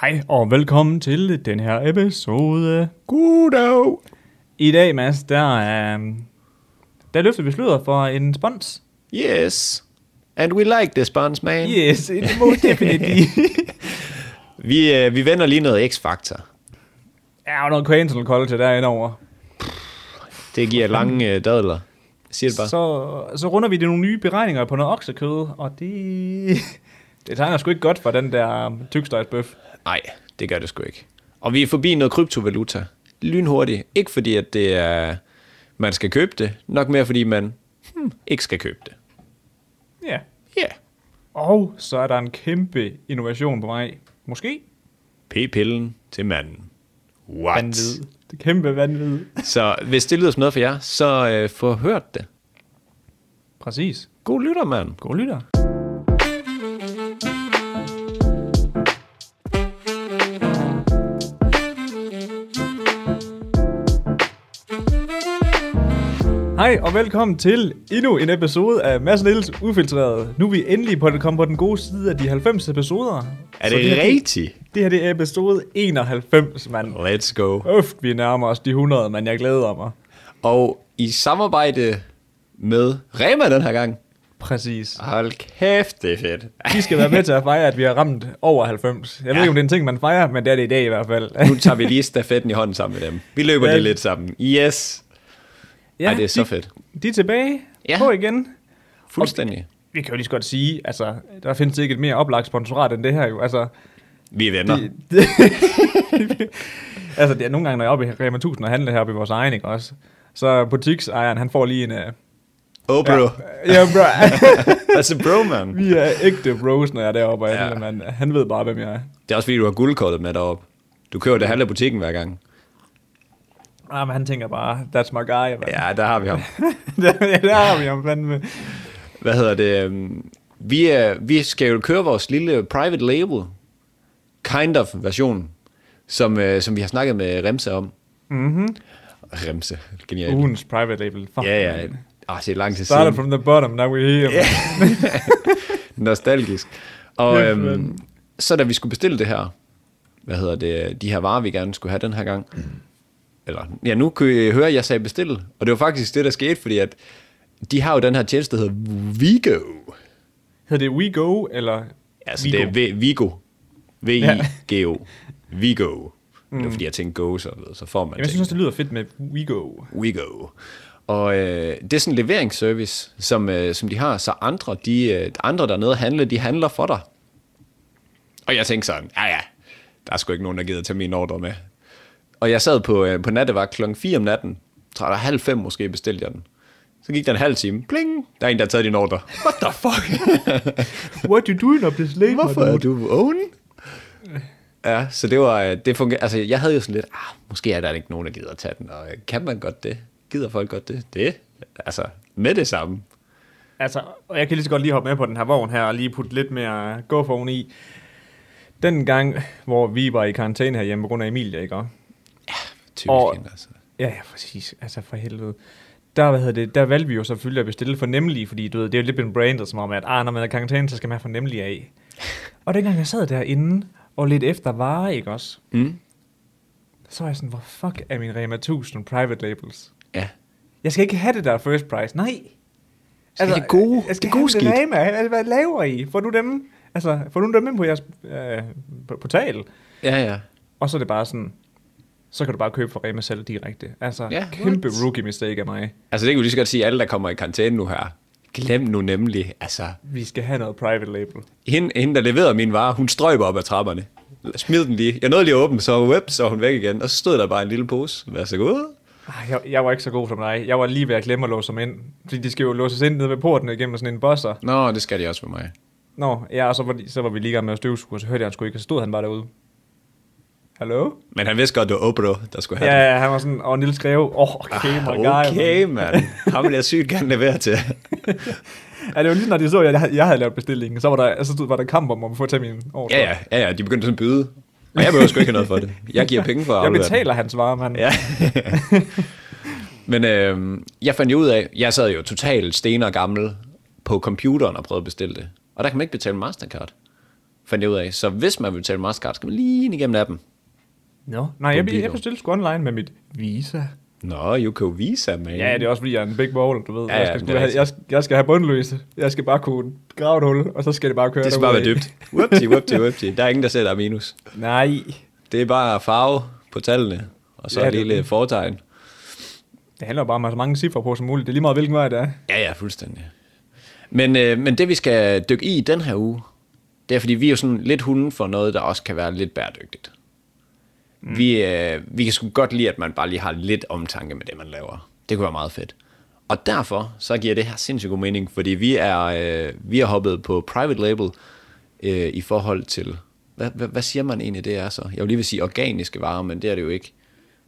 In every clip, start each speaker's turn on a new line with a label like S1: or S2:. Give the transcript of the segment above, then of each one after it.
S1: Hej og velkommen til den her episode.
S2: Goddag.
S1: I dag, Mads, der, øh, der løfter vi sløret for en spons.
S2: Yes. And we like the spons, man.
S1: Yes, it most definitely.
S2: Vi, øh, vi vender lige noget X-Factor.
S1: ja, og noget cancel culture derinde over.
S2: Det giver lange øh, dadler. Jeg Siger det bare. Så.
S1: Så, så runder vi de nogle nye beregninger på noget oksekød, og det... Det tegner sgu ikke godt for den der tykstøjsbøf.
S2: Nej, det gør det sgu ikke. Og vi er forbi noget kryptovaluta. Lynhurtigt. Ikke fordi, at det er, man skal købe det. Nok mere fordi, man hmm, ikke skal købe det.
S1: Ja.
S2: Ja. Yeah.
S1: Og så er der en kæmpe innovation på vej. Måske?
S2: P-pillen til manden. What?
S1: Vanvid. Det kæmpe vanvid.
S2: Så hvis det lyder som noget for jer, så øh, få hørt det.
S1: Præcis.
S2: God lytter, mand.
S1: God lytter. Hej og velkommen til endnu en episode af Mads Niels Ufiltreret. Nu er vi endelig på, kommet på den gode side af de 90 episoder.
S2: Er
S1: Så
S2: det
S1: her,
S2: rigtigt?
S1: Det her det er episode 91, mand.
S2: Let's go.
S1: Øft, vi nærmer os de 100, men jeg glæder mig.
S2: Og i samarbejde med Rema den her gang.
S1: Præcis.
S2: Hold kæft, det er fedt.
S1: De skal være med til at fejre, at vi har ramt over 90. Jeg ja. ved
S2: Ja.
S1: ikke, om det er en ting, man fejrer, men det er det i dag i hvert fald.
S2: Nu tager vi lige stafetten i hånden sammen med dem. Vi løber
S1: Ja.
S2: lige lidt sammen. Yes. Ja, Ej, det er så
S1: de,
S2: fedt.
S1: De er tilbage ja.
S2: Ja.
S1: på igen.
S2: Fuldstændig.
S1: Vi kan jo lige så godt sige, altså, der findes ikke et mere oplagt sponsorat end det her jo. Altså,
S2: Vi er venner.
S1: det, det, altså det er nogle gange, når jeg er oppe i Rema 1000 og handler heroppe i vores egen, ikke også? Så butiksejeren, han får lige en... Uh,
S2: Åh, oh, bro. Ja.
S1: ja, bro.
S2: Altså, bro, man.
S1: vi er ægte bros, når jeg er deroppe og
S2: Ja.
S1: handler, ja. man. Han ved bare, hvem jeg er.
S2: Det er også fordi, du har guldkortet med derop. Du kører det halve af butikken hver gang.
S1: Ah, men han tænker bare, that's my guy, man. Ja.
S2: Ja, der har vi ham.
S1: der, der har vi ham fandme.
S2: Hvad hedder det? øhm, Vi, er, vi skal jo køre vores lille private label, kind of version, som, øh, som vi har snakket med Remse om.
S1: Mm-hmm.
S2: Remse, genialt.
S1: Ugens private label. Fuck,
S2: Ja, ja.
S1: man.
S2: Ah, det er lang tid
S1: Started
S2: siden.
S1: from the bottom, now we're here. Yeah.
S2: Nostalgisk. Og
S1: Ja,
S2: øhm,
S1: fandme.
S2: så da vi skulle bestille det her, hvad hedder det, de her varer, vi gerne skulle have den her gang. Eller, ja, nu kan I høre, at jeg sagde bestil. Og det var faktisk det, der skete, fordi at de har jo den her tjeneste, der hedder Vigo.
S1: Hedder det WeGo, eller
S2: Altså,
S1: Vigo?
S2: det er v- Vigo. V-I-G-O. Vigo. Det var fordi, jeg tænkte go, så, ved, så får man
S1: Mm. Jamen, jeg
S2: ting.
S1: synes også, det lyder fedt med WeGo.
S2: WeGo. Og øh, det er sådan en leveringsservice, som, øh, som de har, så andre, de, øh, andre dernede at handle, de handler for dig. Og jeg tænkte sådan, ja ja, der er sgu ikke nogen, der gider tage min ordre med. Og jeg sad på, øh, på nattevagt klokken 4 om natten, tror der halv fem måske bestilte jeg den. Så gik der en halv time, pling, der er en, der har taget din ordre. What the fuck?
S1: What you doing up this late, my
S2: Hvorfor er
S1: dude?
S2: du own? Ja, så det var, øh, det fungerede, altså jeg havde jo sådan lidt, ah, måske er der ikke nogen, der gider at tage den, og øh, kan man godt det? Gider folk godt det? Det, altså, med det samme.
S1: Altså, og jeg kan lige så godt lige hoppe med på den her vogn her, og lige putte lidt mere GoFone i. Den gang, hvor vi var i karantæne herhjemme på grund af Emilia, ikke? også?
S2: Typisk,
S1: Og-
S2: hende, altså.
S1: Ja, ja, præcis. Altså, for helvede. Der, hvad hedder det, der valgte vi jo selvfølgelig at bestille for nemlig, fordi du ved, det er jo lidt en brandet som om, at ah, når man er i karantæne, så skal man have for nemlig af. Og dengang jeg sad derinde og lidt efter varer, ikke også?
S2: Mm.
S1: Så var jeg sådan, hvor fuck er min Rema 1000 private labels?
S2: Ja.
S1: Jeg skal ikke have det der first price, nej. Altså,
S2: Skal det gode-
S1: jeg skal
S2: det gode
S1: have
S2: skidt.
S1: det Rema. Altså, hvad laver I? Få nu dem, altså, få nu dem ind på jeres øh, p- portal.
S2: Ja, ja.
S1: Og så er det bare sådan, så kan du bare købe fra Rema selv direkte. Altså,
S2: Ja,
S1: kæmpe
S2: what?
S1: rookie mistake af mig.
S2: Altså, det kan vi lige så godt sige, alle, der kommer i karantæne nu her, glem nu nemlig, altså,
S1: Vi skal have noget private label.
S2: hende, hende der leverede min vare, hun strøber op ad trapperne. Smid den lige. Jeg nåede lige at åbne, så web, så var hun væk igen. Og så stod der bare en lille pose. Vær så god.
S1: Ej, Ah, Jeg, jeg var ikke så god som dig. Jeg var lige ved at glemme at låse dem ind. Fordi de skal jo låses ind nede ved porten igennem sådan en bosser.
S2: Nå, det skal de også for mig.
S1: Nå, ja, og så var, de- så var vi lige i gang med at støvsuge, og så hørte jeg, han skulle ikke, og så stod han bare derude. Hallo?
S2: Men han vidste godt, det var Obro, der skulle have
S1: Ja, ja, han var sådan, og Nils Greve, åh, oh, okay, my guy.
S2: Okay, mand. Ham vil jeg sygt gerne levere til.
S1: Ja, det var lige når de så, at jeg, jeg havde lavet bestillingen, så var der, så stod, var der kamp om at få til min ordre.
S2: Ja, ja, ja, ja de begyndte sådan at byde. Og jeg behøver sgu ikke have noget for det. Jeg giver penge for at
S1: Jeg
S2: aflevere den.
S1: betaler hans varer, mand.
S2: Ja. Men øh, jeg fandt jo ud af, jeg sad jo totalt sten og gammel på computeren og prøvede at bestille det. Og der kan man ikke betale med Mastercard. fandt jeg ud af. Så hvis man vil betale meget skarpt, skal man lige ind igennem appen.
S1: Nå, nej, jeg,
S2: Bombito.
S1: jeg bestilte sgu online med mit Visa.
S2: Nå, you can visa, man.
S1: Ja, det er også fordi, jeg er en big baller, du ved.
S2: Ja, altså-
S1: jeg,
S2: ja,
S1: skal,
S2: det er
S1: sgu have, jeg, jeg skal have bundløse. Jeg skal bare kunne grave et hul, og så skal det bare køre
S2: det skal bare være
S1: derudad.
S2: dybt. Whoopty, whoopty, whoopty. Der er ingen, der sætter minus.
S1: Nej.
S2: Det er bare farve på tallene, og så
S1: Ja,
S2: ja, et
S1: det er
S2: lille
S1: det.
S2: foretegn.
S1: Det handler bare om at have så mange cifre på som muligt. Det er lige meget, hvilken vej det er.
S2: Ja, ja, fuldstændig. Men, øh, men det, vi skal dykke i i den her uge, det er, fordi vi er jo sådan lidt hunden for noget, der også kan være lidt bæredygtigt. Mm. Vi, øh, vi kan sgu godt lide, at man bare lige har lidt omtanke med det, man laver. Det kunne være meget fedt. Og derfor så giver det her sindssygt god mening, fordi vi er, øh, vi er hoppet på private label øh, i forhold til... Hvad, hvad, hvad siger man egentlig, det er så? Jeg vil lige vil sige organiske varer, men det er det jo ikke.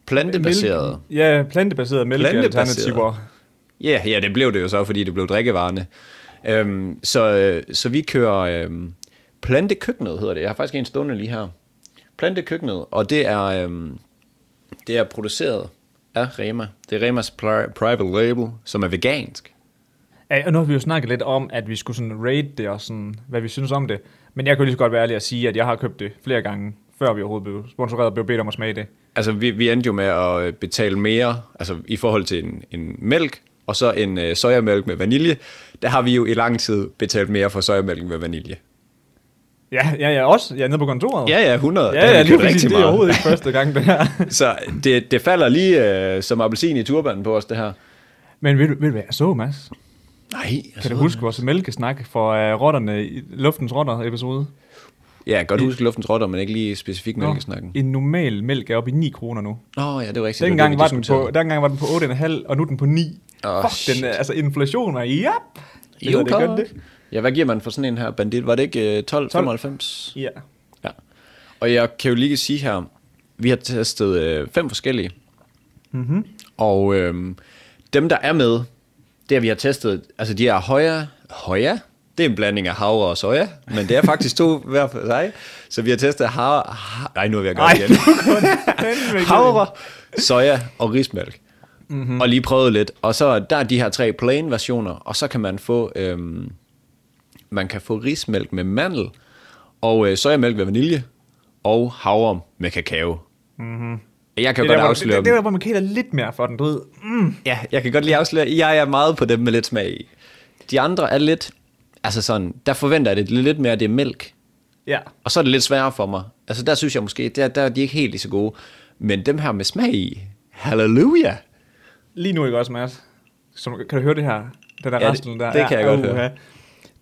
S2: Plantebaserede.
S1: Mælk- Ja, plantebaserede mælkealternativer.
S2: Ja, yeah, ja, yeah, det blev det jo så, fordi det blev drikkevarerne. Øhm, så, øh, så vi kører øhm, plantekøkkenet, hedder det. Jeg har faktisk en stående lige her. Plantekøkkenet, og det er, øhm, det er produceret af Rema. Det er Remas pri- private label, som er vegansk.
S1: Ja, og nu har vi jo snakket lidt om, at vi skulle sådan rate det og sådan, hvad vi synes om det. Men jeg kunne lige så godt være ærlig og sige, at jeg har købt det flere gange, før vi overhovedet blev sponsoreret og blev bedt om at smage det.
S2: Altså, vi, vi endte jo med at øh, betale mere altså, i forhold til en, en mælk, og så en øh, sojamælk med vanilje. Der har vi jo i lang tid betalt mere for sojamælken med vanilje.
S1: Ja, ja, ja, også. Jeg er nede på kontoret.
S2: Ja, ja, 100. Der
S1: ja,
S2: har vi
S1: ja
S2: købt
S1: lige præcis.
S2: rigtig
S1: Det er
S2: meget.
S1: overhovedet ikke første gang, det her.
S2: Så det, det falder lige øh, som appelsin i turbanen på os, det her.
S1: Men ved du, ved du hvad jeg så, Mads?
S2: Nej. altså-
S1: Kan du huske vores mælkesnak for uh, rotterne, i Luftens Rotter episode?
S2: Ja, jeg kan godt huske luftens rotter, men ikke lige specifikt mælkesnakken.
S1: En normal mælk er oppe i 9 kroner nu.
S2: Nå, ja, det var rigtigt. det
S1: Dengang
S2: det, vi
S1: var, den på,
S2: diskuterede.
S1: dengang var den på 8,5, og nu er den på 9.
S2: Åh,
S1: Fuck,
S2: shit.
S1: den, er- altså inflation er, jap! Det
S2: Jo,
S1: hedder
S2: det,
S1: gør
S2: det. Ja, hvad giver man for sådan en her bandit? Var det ikke øh, 12, 95?
S1: Ja.
S2: Ja. Og jeg kan jo lige sige her, vi har testet øh, fem forskellige. Mm-hmm. Og øh, dem, der er med, det er, vi har testet, altså de er højere, højere? Det er en blanding af havre og soja, men det er faktisk to hver for sig. Så vi har testet havre, ha- nej, nu er vi gøre
S1: Ej,
S2: det igen.
S1: Den
S2: havre, soja og rismælk.
S1: Mhm.
S2: Mm-hmm. Og lige prøvet lidt. Og så der er de her tre plain versioner, og så kan man få, øhm, man kan få rismælk med mandel, og øh, sojamælk med vanilje, og havre med kakao. Mm-hmm. Jeg kan
S1: Mhm. det, er
S2: det godt
S1: der, hvor, det,
S2: afsløre
S1: det, er der, hvor man kæler lidt mere for den, du ved. Mm.
S2: Ja, jeg kan godt lige afsløre, at jeg er meget på dem med lidt smag i. De andre er lidt, altså sådan, der forventer jeg det lidt mere, at det er mælk.
S1: Ja.
S2: Og så er det lidt sværere for mig. Altså der synes jeg måske, der, der er de ikke helt lige så gode. Men dem her med smag i, halleluja!
S1: Lige nu, ikke også, Mads? Som, kan du høre det her? Den der
S2: Ja, det-
S1: resten der.
S2: det kan jeg godt
S1: uha.
S2: høre.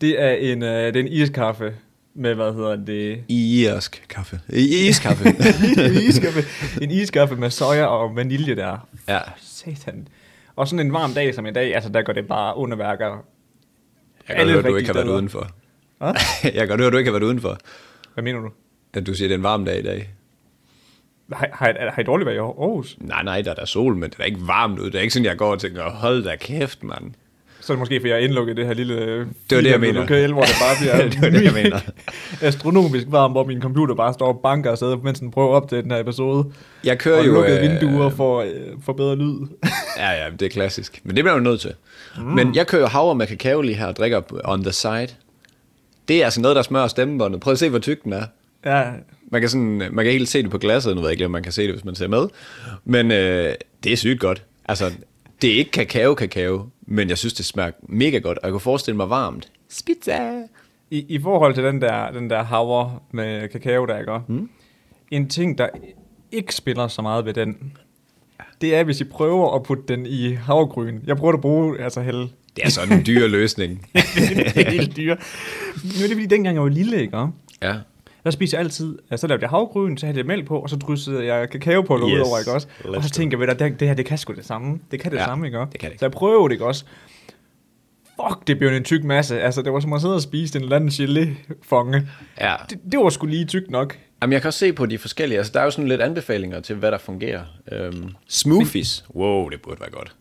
S1: Det er en, uh, det er en iskaffe med, hvad hedder det?
S2: Irsk kaffe. I- Iskaffe.
S1: en, iskaffe, en iskaffe med soja og vanilje der.
S2: ja.
S1: Satan. Og sådan en varm dag som i dag, altså der går det bare underværker.
S2: Jeg kan godt
S1: Alle
S2: høre, du
S1: rigtige
S2: ikke har været
S1: steder.
S2: udenfor.
S1: Hva?
S2: jeg kan godt høre, du ikke har været udenfor.
S1: Hvad mener du?
S2: At du siger, det er en varm dag i dag.
S1: Har, har, har I dårligt været i Aarhus?
S2: Nej, nej, der er der sol, men det er ikke varmt ud. Det er ikke sådan, jeg går og tænker, hold da kæft, mand.
S1: Så er det måske, fordi jeg er indlukket i det her lille øh,
S2: det, jeg
S1: firkantede
S2: mener.
S1: lokale, hvor det bare bliver
S2: Det var det, jeg mener.
S1: astronomisk varmt, hvor min computer bare står og banker og sidder, mens den prøver op til den her episode.
S2: Jeg kører
S1: og
S2: jo...
S1: lukkede
S2: øh,
S1: vinduer for, øh, for bedre lyd.
S2: Ja, ja, det er klassisk. Men det bliver jeg jo nødt til. Mm. Men jeg kører jo havre med kakao lige her og drikker på- on the side. Det er altså noget, der smører stemmebåndet. Prøv at se, hvor tyk den er.
S1: ja,
S2: Man kan, sådan, øh, man kan helt se det på glasset. Nu ved jeg ikke, om man kan se det, hvis man ser med. Men øh, det er sygt godt. Altså, det er ikke kakao-kakao, men jeg synes, det smager mega godt. Og jeg kunne forestille mig varmt. Spizza!
S1: i, I forhold til den der, den der havre med kakao, der ikke mm. En ting, der ikke spiller så meget ved den, det er, hvis I prøver at putte den i havregryn. Jeg prøver at bruge, altså hælde
S2: Det er sådan en dyr løsning.
S1: det er helt dyre. Nu er det fordi, dengang jeg var lille, ikke? og
S2: ja.
S1: Der spiste jeg altid, altså, så lavede jeg havgryn, så havde jeg mælk på, og så dryssede jeg kakao på yes,
S2: Yes,
S1: udover, ikke også?
S2: let's
S1: Og så tænkte jeg, ved du, det, det her, det kan sgu det samme. Det kan det
S2: Ja,
S1: samme, ikke også?
S2: det kan det.
S1: Så jeg prøvede det, ikke også? Fuck, det blev en tyk masse. Altså, det var som at sidde og spise en eller anden chili-fonge.
S2: Ja.
S1: Det, det, var sgu lige tyk nok.
S2: Jamen, jeg kan også se på de forskellige. Altså, der er jo sådan lidt anbefalinger til, hvad der fungerer. Øhm, smoothies. Wow, det burde være godt.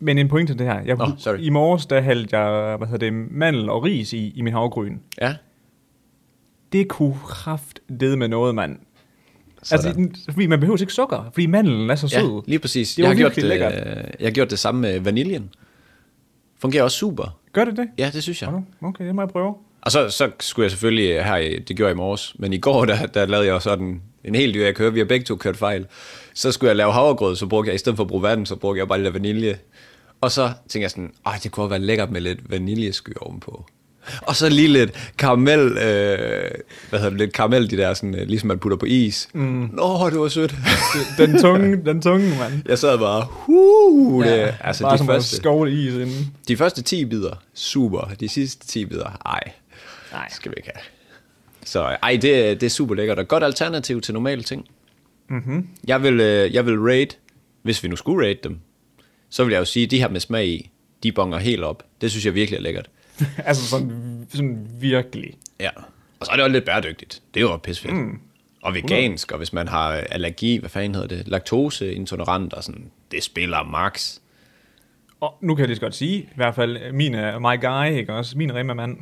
S1: Men en pointe til det her. Jeg,
S2: Nå, sorry.
S1: I morges, der hældte jeg, hvad hedder det, mandel og ris i, i min havgryn.
S2: Ja.
S1: Det kunne kraft det med noget, mand.
S2: Sådan.
S1: Altså, den- fordi man behøver ikke sukker, fordi mandelen er så sød.
S2: Ja, lige præcis.
S1: Det
S2: jeg,
S1: var
S2: har gjort,
S1: virkelig lækkert.
S2: øh, jeg har gjort det samme med vaniljen. Fungerer også super.
S1: Gør det det?
S2: Ja, det synes jeg.
S1: Nå, Okay, det må jeg prøve.
S2: Og så, så skulle jeg selvfølgelig øh, her, i- det gjorde jeg i morges, men i går, der, der lavede jeg jo sådan en hel dyr, jeg kører, vi har begge to kørt fejl. Så skulle jeg lave havregrød, så brugte jeg, i stedet for at bruge vand, så brugte jeg bare lidt af vanilje. Og så tænkte jeg sådan, ej, det kunne også være lækkert med lidt vaniljesky ovenpå. Og så lige lidt karamel, øh, hvad hedder det, lidt karamel, de der, sådan, øh, ligesom man putter på is. Mm. Nå, det var sødt.
S1: Den tunge, den tunge, mand.
S2: jeg sad bare, huh, det, ja, altså
S1: bare
S2: de
S1: som
S2: første,
S1: at skovle is inden.
S2: de første 10 bidder, super. De sidste 10 bidder, ej.
S1: Nej.
S2: Skal vi ikke have. Så ej, det, det er super lækkert og godt alternativ til normale ting. Mm-hmm. Jeg, vil, øh, jeg vil rate, hvis vi nu skulle rate dem, så vil jeg jo sige, at de her med smag i, de bonger helt op. Det synes jeg virkelig er lækkert.
S1: altså sådan, sådan virkelig.
S2: Ja. Og så er det også lidt bæredygtigt. Det er jo pissefedt. Mm. Og vegansk, og hvis man har øh, allergi, hvad fanden hedder det, laktoseintolerant og sådan, det spiller max.
S1: Og nu kan jeg lige så godt sige, i hvert fald min øh, my guy, ikke også? Min Rema-mand,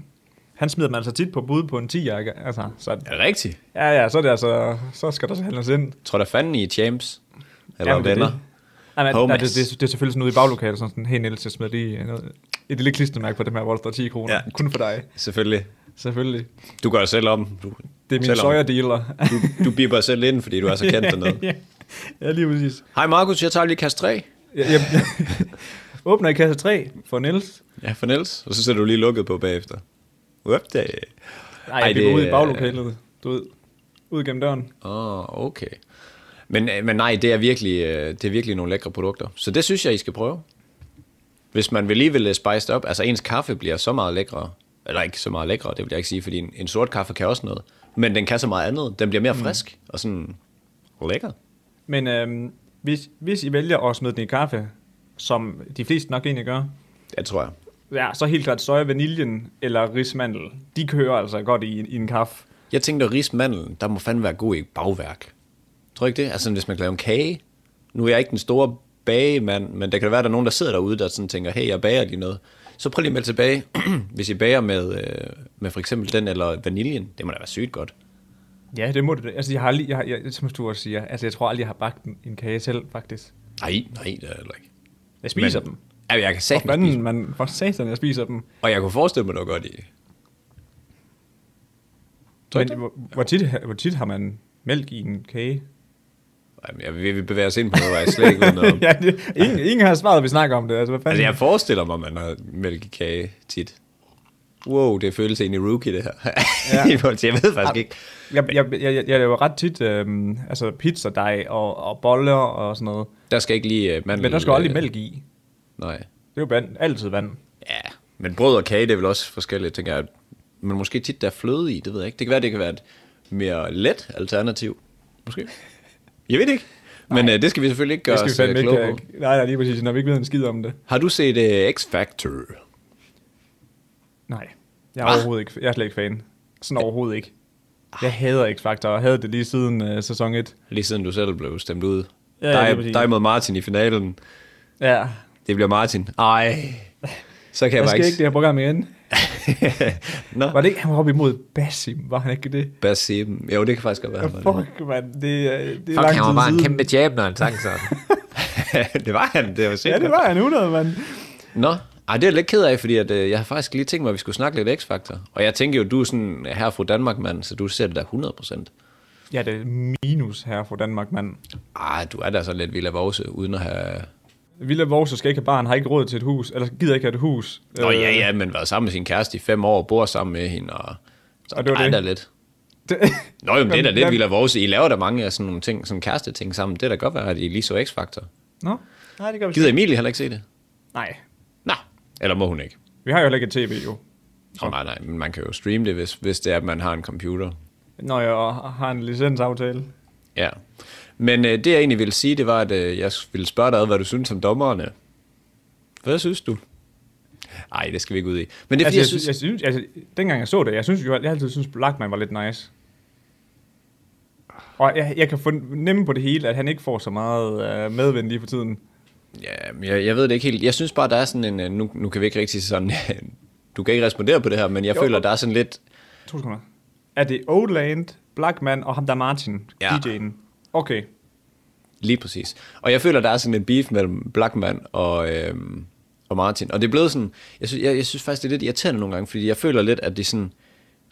S1: han smider dem altså tit på bud på en 10 jakke altså, så,
S2: Er det rigtigt?
S1: ja, ja, så er det altså, så skal der så handles ind.
S2: Tror der fanden i er champs? Eller
S1: Jamen,
S2: Jamen,
S1: det er
S2: venner?
S1: det. Ej, men,
S2: Homies.
S1: nej, det, det, det, er selvfølgelig sådan ude i baglokalet, sådan, sådan hey Niels, jeg smed lige noget, et lille klistermærke på dem her, hvor der står 10 kroner.
S2: Ja.
S1: Ja. Kun for dig,
S2: Selvfølgelig.
S1: selvfølgelig.
S2: Du gør selv om. Du,
S1: Det er min
S2: selv om.
S1: sojadealer.
S2: Du, du bipper selv ind, fordi du er så kendt dernede.
S1: ja, ja, lige præcis.
S2: Hej Markus, jeg tager lige kast 3.
S1: Ja, jeg, åbner i kasse 3 for Niels.
S2: Ja, for Niels. Og så sætter du lige lukket på bagefter. Uop da.
S1: Nej,
S2: Ej,
S1: jeg
S2: det-
S1: det... ud i baglokalet, du ved. Ud gennem døren.
S2: Åh, oh, okay. Men, øh, men nej, det er, virkelig, øh, det er virkelig nogle lækre produkter. Så det synes jeg, I skal prøve. Hvis man vil lige vil øh, spice det op, altså ens kaffe bliver så meget lækre, eller ikke så meget lækre, det vil jeg ikke sige, fordi en, en sort kaffe kan også noget, men den kan så meget andet. Den bliver mere frisk og sådan lækker.
S1: Men øhm, hvis, hvis I vælger at smide den i kaffe, som de fleste nok egentlig gør,
S2: Det tror jeg.
S1: ja, så helt klart soja, vaniljen eller rismandel, de kører altså godt i, en- i en kaffe.
S2: Jeg tænkte, at rismandlen, der må fandme være god i bagværk. Tror du ikke det? Altså, hvis man kan lave en kage. Nu er jeg ikke den store bagemand, men der kan da være, at der er nogen, der sidder derude, der sådan tænker, hey, jeg bager lige noget. Så prøv lige at melde tilbage, hvis I bager med, øh, med for eksempel den eller vaniljen. Det må da være sygt godt.
S1: Ja, det må det. Altså, jeg har lige, jeg, har- jeg, som du også siger, altså, jeg tror aldrig, jeg har bagt en, en kage selv, faktisk.
S2: Nej, nej, det er heller ikke.
S1: Jeg spiser men, dem.
S2: Ja, jeg kan
S1: For
S2: sagtens spise
S1: fanden, man, for satan, jeg spiser dem.
S2: dem. Og jeg kunne forestille mig, det var godt i. Tror
S1: Men
S2: du ikke
S1: hvor, hvor, tit, hvor tit har man mælk i en kage?
S2: Jamen, jeg vil, vi bevæger os ind på noget, hvor jeg slet ikke ved noget om.
S1: ja, det, ingen, ingen har svaret, vi snakker om det. Altså, hvad fanden?
S2: Altså, jeg forestiller mig, man har mælkekage tit. Wow, det føles egentlig rookie, det her. Ja.
S1: Ja.
S2: I forhold til, jeg ved faktisk ikke.
S1: Jeg, jeg, jeg, jeg, jeg laver ret tit øhm, altså pizzadej og, og boller og sådan noget.
S2: Der skal ikke lige øh, mandel...
S1: Men der skal jo aldrig
S2: øh,
S1: mælk i.
S2: Nej.
S1: Det er jo vand. Altid vand.
S2: Ja, men brød og kage, det er vel også forskelligt, tænker jeg. Men måske tit, der er fløde i, det ved jeg ikke. Det kan være, det kan være et mere let alternativ. Måske. Jeg ved det ikke. Men øh, det skal vi selvfølgelig ikke gøre
S1: Det skal vi
S2: os øh,
S1: fandme
S2: kloge
S1: ikke.
S2: på.
S1: øh, Nej, nej, lige præcis. Når vi ikke ved en skid om det.
S2: Har du set øh, X-Factor?
S1: Nej. Jeg
S2: Hva? Ah.
S1: er, overhovedet ikke, jeg er slet ikke fan. Sådan overhovedet ikke. Jeg hader X-Factor, og jeg havde det lige siden øh, sæson 1.
S2: Lige siden du selv blev stemt ud.
S1: Ja,
S2: Ja,
S1: lige
S2: dig,
S1: præcis.
S2: dig mod Martin i finalen.
S1: Ja.
S2: Det bliver Martin. Ej, så kan jeg,
S1: Jeg
S2: bare
S1: skal ikke
S2: ikke...
S1: det her program igen.
S2: Nå,
S1: Var det ikke, han var op imod Basim? Var han ikke det?
S2: bare sige dem. Jo, det kan faktisk godt være. han var det.
S1: Fuck, mand. Det, er- det er lang tid siden.
S2: jab, når han sang sådan. det var han, det var sikkert.
S1: Ja, det var han 100, mand.
S2: Nå, ej, det er jeg lidt ked af, fordi at, øh, jeg har faktisk lige tænkt mig, at vi skulle snakke lidt X-Factor. Og jeg tænker jo, du er sådan her fra Danmark, mand, så du ser det der 100%.
S1: Ja, det er minus her fra Danmark, mand.
S2: Ah, du er da så lidt Villa Vose, uden at have...
S1: Villa Vorse skal ikke have barn, har ikke råd til et hus, eller gider ikke have et hus.
S2: Nå
S1: Øh,
S2: ja, ja, men været sammen med sin kæreste i fem år, bor sammen med hende, og... Så,
S1: Og det var
S2: ej,
S1: det.
S2: Da lidt.
S1: Det,
S2: Nå, jo, men det er da
S1: Jamen,
S2: lidt
S1: jamen.
S2: Villa Vose. I laver da mange af sådan nogle ting, sådan kæreste ting sammen. Det er da godt være, at I lige så X-Factor.
S1: Nå, nej, det gør vi
S2: Gider Emilie heller ikke se det?
S1: Nej,
S2: Nej, eller må hun ikke?
S1: vi har jo heller ikke et tv, jo.
S2: Nå, nej, nej, men man kan jo streame det, hvis, hvis det er, at man har en computer.
S1: Når jeg har en licensaftale.
S2: Ja. Men øh, det jeg egentlig ville sige, det var, at øh, jeg ville spørge dig, ad, hvad du synes om dommerne. Hvad synes du? Nej, det skal vi ikke ud i. Men det
S1: Altså,
S2: er, fordi,
S1: jeg,
S2: jeg
S1: synes,
S2: synes...
S1: jeg synes, altså, dengang jeg så det, jeg synes jo, jeg altid synes, Blackman var lidt nice. Og jeg, jeg kan fornemme på det hele, at han ikke får så meget øh, medvind lige for tiden.
S2: Ja, men jeg, jeg ved det ikke helt. Jeg synes bare, der er sådan en... øh, Nu, nu kan vi ikke rigtig sådan... du kan ikke respondere på det her, men jeg jo.
S1: Jo.
S2: føler, der er sådan lidt...
S1: To sekunder. Er det Oldland, Blackman og ham der Martin,
S2: Ja.
S1: ja. DJ'en? Okay.
S2: Lige præcis. Og jeg føler, der er sådan en beef mellem Blackman og, øhm, og Martin. Og det er blevet sådan, jeg synes, jeg, jeg synes faktisk, det er lidt irriterende nogle gange, fordi jeg føler lidt, at det er sådan,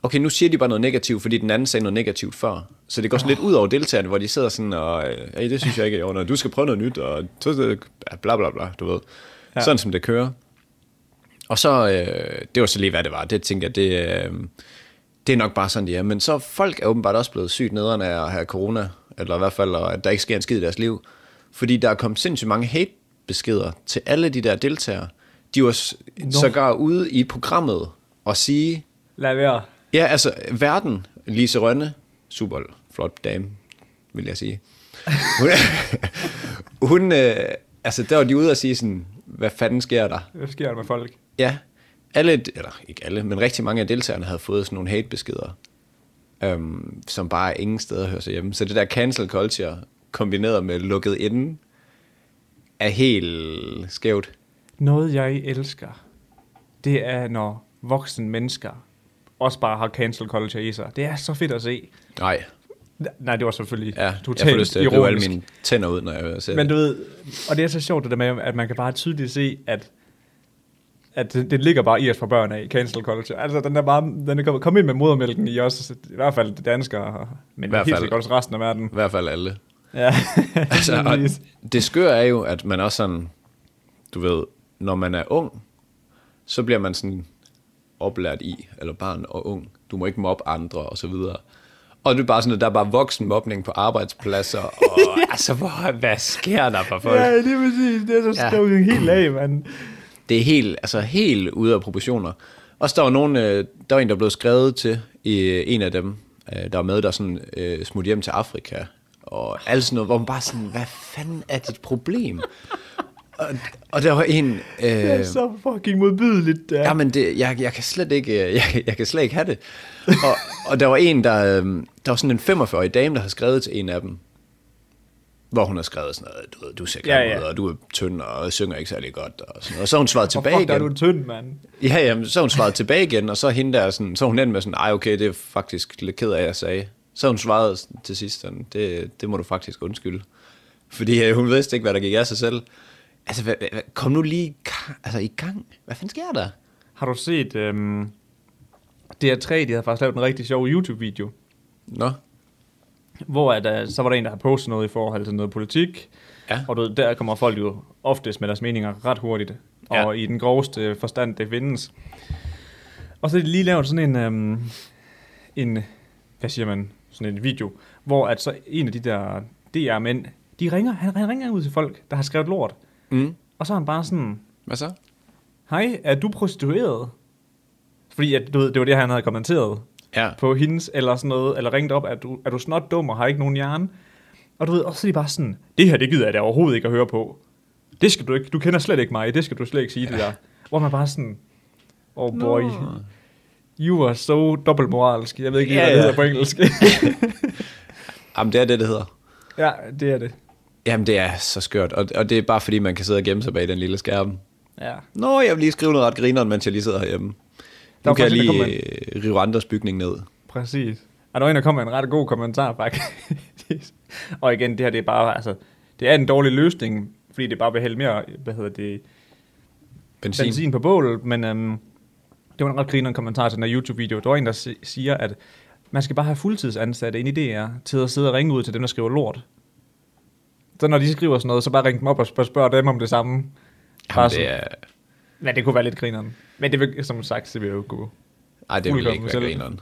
S2: okay, nu siger de bare noget negativt, fordi den anden sagde noget negativt før. Så det går sådan lidt ud over deltagerne, hvor de sidder sådan og, øh, "Ej, det synes jeg ikke er i orden, og du skal prøve noget nyt, og så- så- bla bla bla, du ved. Ja. Sådan som det kører. Og så, øh, det var så lige, hvad det var. Det tænkte jeg, det, øh, det er nok bare sådan, det er. Men så folk er åbenbart også blevet sygt nederen af at have corona, eller i hvert fald, og at der ikke sker en skid i deres liv. Fordi der er kommet sindssygt mange hate-beskeder til alle de der deltagere. De var s- sågar ude i programmet og sige,
S1: Lad være.
S2: Ja, altså, verden, Lise Rønne, super flot dame, vil jeg sige. Hun, hun øh, altså, der var de ude og sige sådan, hvad fanden sker der?
S1: Hvad sker der med folk?
S2: Ja, alle, eller ikke alle, men rigtig mange af deltagerne havde fået sådan nogle hate-beskeder, øhm, som bare ingen steder hører sig hjemme. Så det der cancel culture, kombineret med lukket inden, er helt skævt.
S1: Noget, jeg elsker, det er, når voksne mennesker også bare har cancel culture i sig. Det er så fedt at se.
S2: Nej,
S1: Nej, det var selvfølgelig
S2: ja, jeg får
S1: totalt
S2: lyst til at rive alle
S1: ironisk.
S2: mine tænder ud, når jeg ser
S1: Men du ved, og det er så sjovt det der med, at man kan bare tydeligt se, at at det, det ligger bare i os fra børn af, cancel culture. Altså, den er bare, den er kommet kom ind med modermælken i os, i hvert fald de danskere, men
S2: I
S1: I
S2: hvert
S1: hvert helt
S2: fald.
S1: sikkert også resten af verden.
S2: I hvert fald alle.
S1: Ja,
S2: Altså, og
S1: Præcis.
S2: det skøre er jo, at man også sådan, du ved, når man er ung, så bliver man sådan oplært i, eller barn og ung, du må ikke mobbe andre, og så videre. Og det er bare sådan, at der er bare voksen mobning på arbejdspladser, og altså, hvor, hvad sker der for folk?
S1: ja, det er præcis, det er så
S2: Ja.
S1: stukket helt af, mand.
S2: Det er helt, altså helt ude af proportioner. Også der var, nogen, øh, der var en, der blev skrevet til, i en af dem, øh, der var med, der sådan øh, smut hjem til Afrika, og alt sådan noget, hvor man bare sådan, hvad fanden er dit problem? og, og der var en,
S1: Det er
S2: øh,
S1: så fucking modbydeligt, det er.
S2: jamen det, jeg, jeg kan slet ikke, øh, jeg, jeg kan slet ikke have det. Og, og der var en, der, øh, der var sådan en 45-årig dame, der havde skrevet til en af dem, hvor hun har skrevet sådan noget, du, ved, du ser grim
S1: Ja, ja.
S2: ud, og du er tynd, og synger ikke særlig godt, og sådan noget. Og så har hun svaret
S1: Og
S2: tilbage
S1: fuck, der er
S2: igen.
S1: du tynd, mand.
S2: Ja, jamen, så har hun svaret tilbage igen, og så er hende der sådan, så er hun endte med sådan, ej okay, det er faktisk lidt ked af, jeg sagde. Så har hun svaret sådan til sidst sådan, det, det må du faktisk undskylde. Fordi øh, hun vidste ikke, hvad der gik af sig selv. Altså, hvad, hvad, kom nu lige i ga- altså, i gang. Hvad fanden sker der?
S1: Har du set, øhm, DR3, de havde faktisk lavet en rigtig sjov YouTube-video,
S2: Nå,
S1: hvor at, øh, så var der en, der havde postet noget i forhold til noget politik,
S2: Ja.
S1: og du ved, der kommer folk jo oftest med deres meninger ret hurtigt,
S2: Ja.
S1: og i den groveste forstand, det findes. Og så har de lige lavet sådan en, øhm, en, hvad siger man, sådan en video, hvor at så en af de der DR-mænd, de ringer, han, han ringer ud til folk, der har skrevet lort,
S2: Mm.
S1: og så er han bare sådan,
S2: hvad så?
S1: hej, er du prostitueret? Fordi at, du ved, det var det, han havde kommenteret
S2: Ja,
S1: på hendes, eller sådan noget, eller ringet op, at du, er du snot dum og har ikke nogen hjerne? Og du ved, og så er de bare sådan, det her, det gider jeg da overhovedet ikke at høre på. Det skal du ikke, du kender slet ikke mig, det skal du slet ikke sige, det der. Hvor man bare sådan, oh boy, no. you are so dobbeltmoralsk. Jeg ved ikke lige,
S2: Ja,
S1: hvad det
S2: ja.
S1: hedder på engelsk.
S2: jamen det er det, det hedder.
S1: ja, det er det.
S2: Jamen det er så skørt, og, og det er bare fordi, man kan sidde og gemme sig bag den lille skærm.
S1: Ja.
S2: Nå, jeg vil lige skrive noget ret grineren, mens jeg lige sidder herhjemme.
S1: Der
S2: Nu
S1: var
S2: kan jeg
S1: faktisk en, der
S2: lige øh, rive andres bygning ned.
S1: Præcis. Og der var en, der kom med en ret god kommentar, faktisk. og igen, det her, det er bare, altså, det er en dårlig løsning, fordi det bare vil hælde mere, hvad hedder det,
S2: Benzin.
S1: benzin på bålet, men øhm, det var en ret grineren kommentar til den her YouTube-video. Der var en, der si- siger, at man skal bare have fuldtidsansatte ind i DR til at sidde og ringe ud til dem, der skriver lort. Så når de skriver sådan noget, så bare ring dem op og spørg, spørg dem om det samme.
S2: Jamen,
S1: Bare
S2: det
S1: sådan,
S2: er,
S1: Men det kunne være lidt grineren. Men det vil, som sagt, det vil jo gå.
S2: Ej, det ville
S1: Fuldkommen
S2: ikke være
S1: selv.
S2: grineren.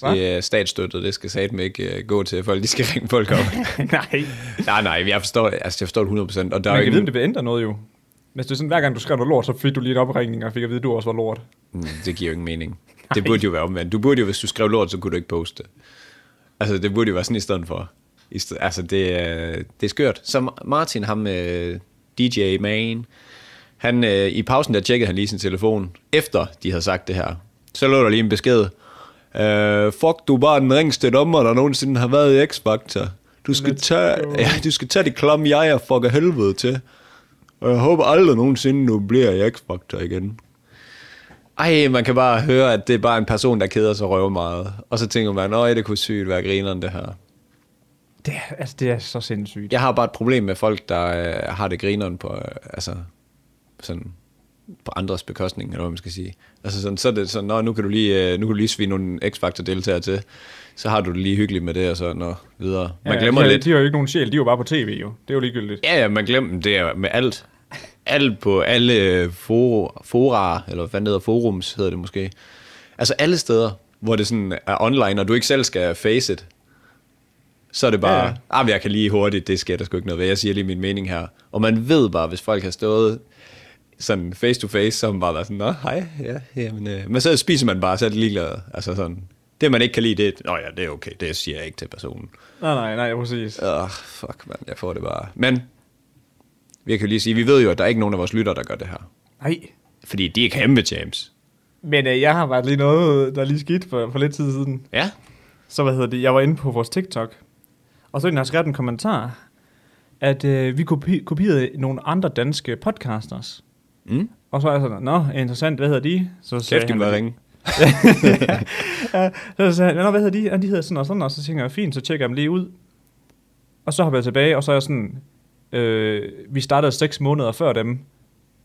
S1: Hva?
S2: Det er statsstøttet, det skal satme ikke øh, gå til, at folk de skal ringe folk op.
S1: Nej.
S2: nej, nej, jeg forstår, altså, jeg forstår det 100%, og der er
S1: Man kan vide,
S2: jo
S1: om
S2: ingen,
S1: det vil ændre noget jo. Hvis det er sådan, hver gang du skrev noget lort, så fik du lige en opringning og fik at vide, at du også var lort.
S2: Mm, det giver jo ingen mening. Det burde jo være omvendt. Du burde jo, hvis du skrev lort, så kunne du ikke poste det. Altså, det burde jo være sådan i stedet for. I sted, altså, det, er- det er skørt. Så Ma- Martin, ham øh, DJ Man, han, øh, i pausen der tjekkede han lige sin telefon, efter de havde sagt det her. Så lå der lige en besked. Øh, fuck, du er bare den ringste dommer, der nogensinde har været i X-Factor. Du skal,
S1: Let's
S2: tage,
S1: go.
S2: ja, du skal tage det klamme jeg er fuck af helvede til. Og jeg håber aldrig nogensinde, du bliver i X-Factor igen. Ej, man kan bare høre, at det er bare en person, der keder sig røv meget. Og så tænker man, nej, det kunne sygt være grineren, det her.
S1: Det er, altså, det er så sindssygt.
S2: Jeg har bare et problem med folk, der øh, har det grineren på, øh, altså, sådan, på andres bekostning, eller hvad man skal sige. Altså sådan, så er det sådan, nå, nu kan du lige, øh, nu kan du lige svine nogle X-Factor-deltagere til, så har du det lige hyggeligt med det, og så nå, videre. Man ja, glemmer
S1: de, har-
S2: lidt.
S1: De har jo ikke nogen sjæl, de er jo bare på tv jo. Det er jo ligegyldigt.
S2: Ja, ja, man glemmer det er med alt. Alt på alle øh, for, fora, eller hvad det hedder, forums hedder det måske. Altså alle steder, hvor det sådan er online, og du ikke selv skal face it. Så er det bare,
S1: Ja, ja.
S2: ja. ah, men jeg kan lige hurtigt, det sker der sgu ikke noget ved. Jeg siger lige min mening her. Og man ved bare, hvis folk har stået sådan face to face, så har man bare været sådan, nå, hej, ja, jamen, øh. Men så spiser man bare, så er det ligeglad. Altså sådan, det man ikke kan lide, det, nå ja, det er okay, det siger jeg ikke til personen.
S1: Nej, nej, nej, præcis.
S2: Åh, fuck, mand. Jeg får det bare. Men, vi kan jo lige sige, vi ved jo, at der er ikke nogen af vores lytter, der gør det her.
S1: Nej.
S2: Fordi de er kæmpe, James.
S1: Men øh, jeg har været lige noget, der er lige skidt for, for lidt tid siden.
S2: Ja.
S1: Så hvad hedder det? Jeg var inde på vores TikTok. Og så er der en, der har skrevet en kommentar, at øh, vi kopi- kopierede nogle andre danske podcasters.
S2: Mm.
S1: Og så er jeg sådan, nå, interessant, hvad hedder de? Så
S2: Kæft, de må ringe.
S1: ja, så sagde han, "Nå, hvad hedder de? Og de hedder sådan og sådan, og så tænker jeg, fint, så tjekker jeg dem lige ud. Og så hopper jeg tilbage, og så er jeg sådan, øh, vi startede seks måneder før dem.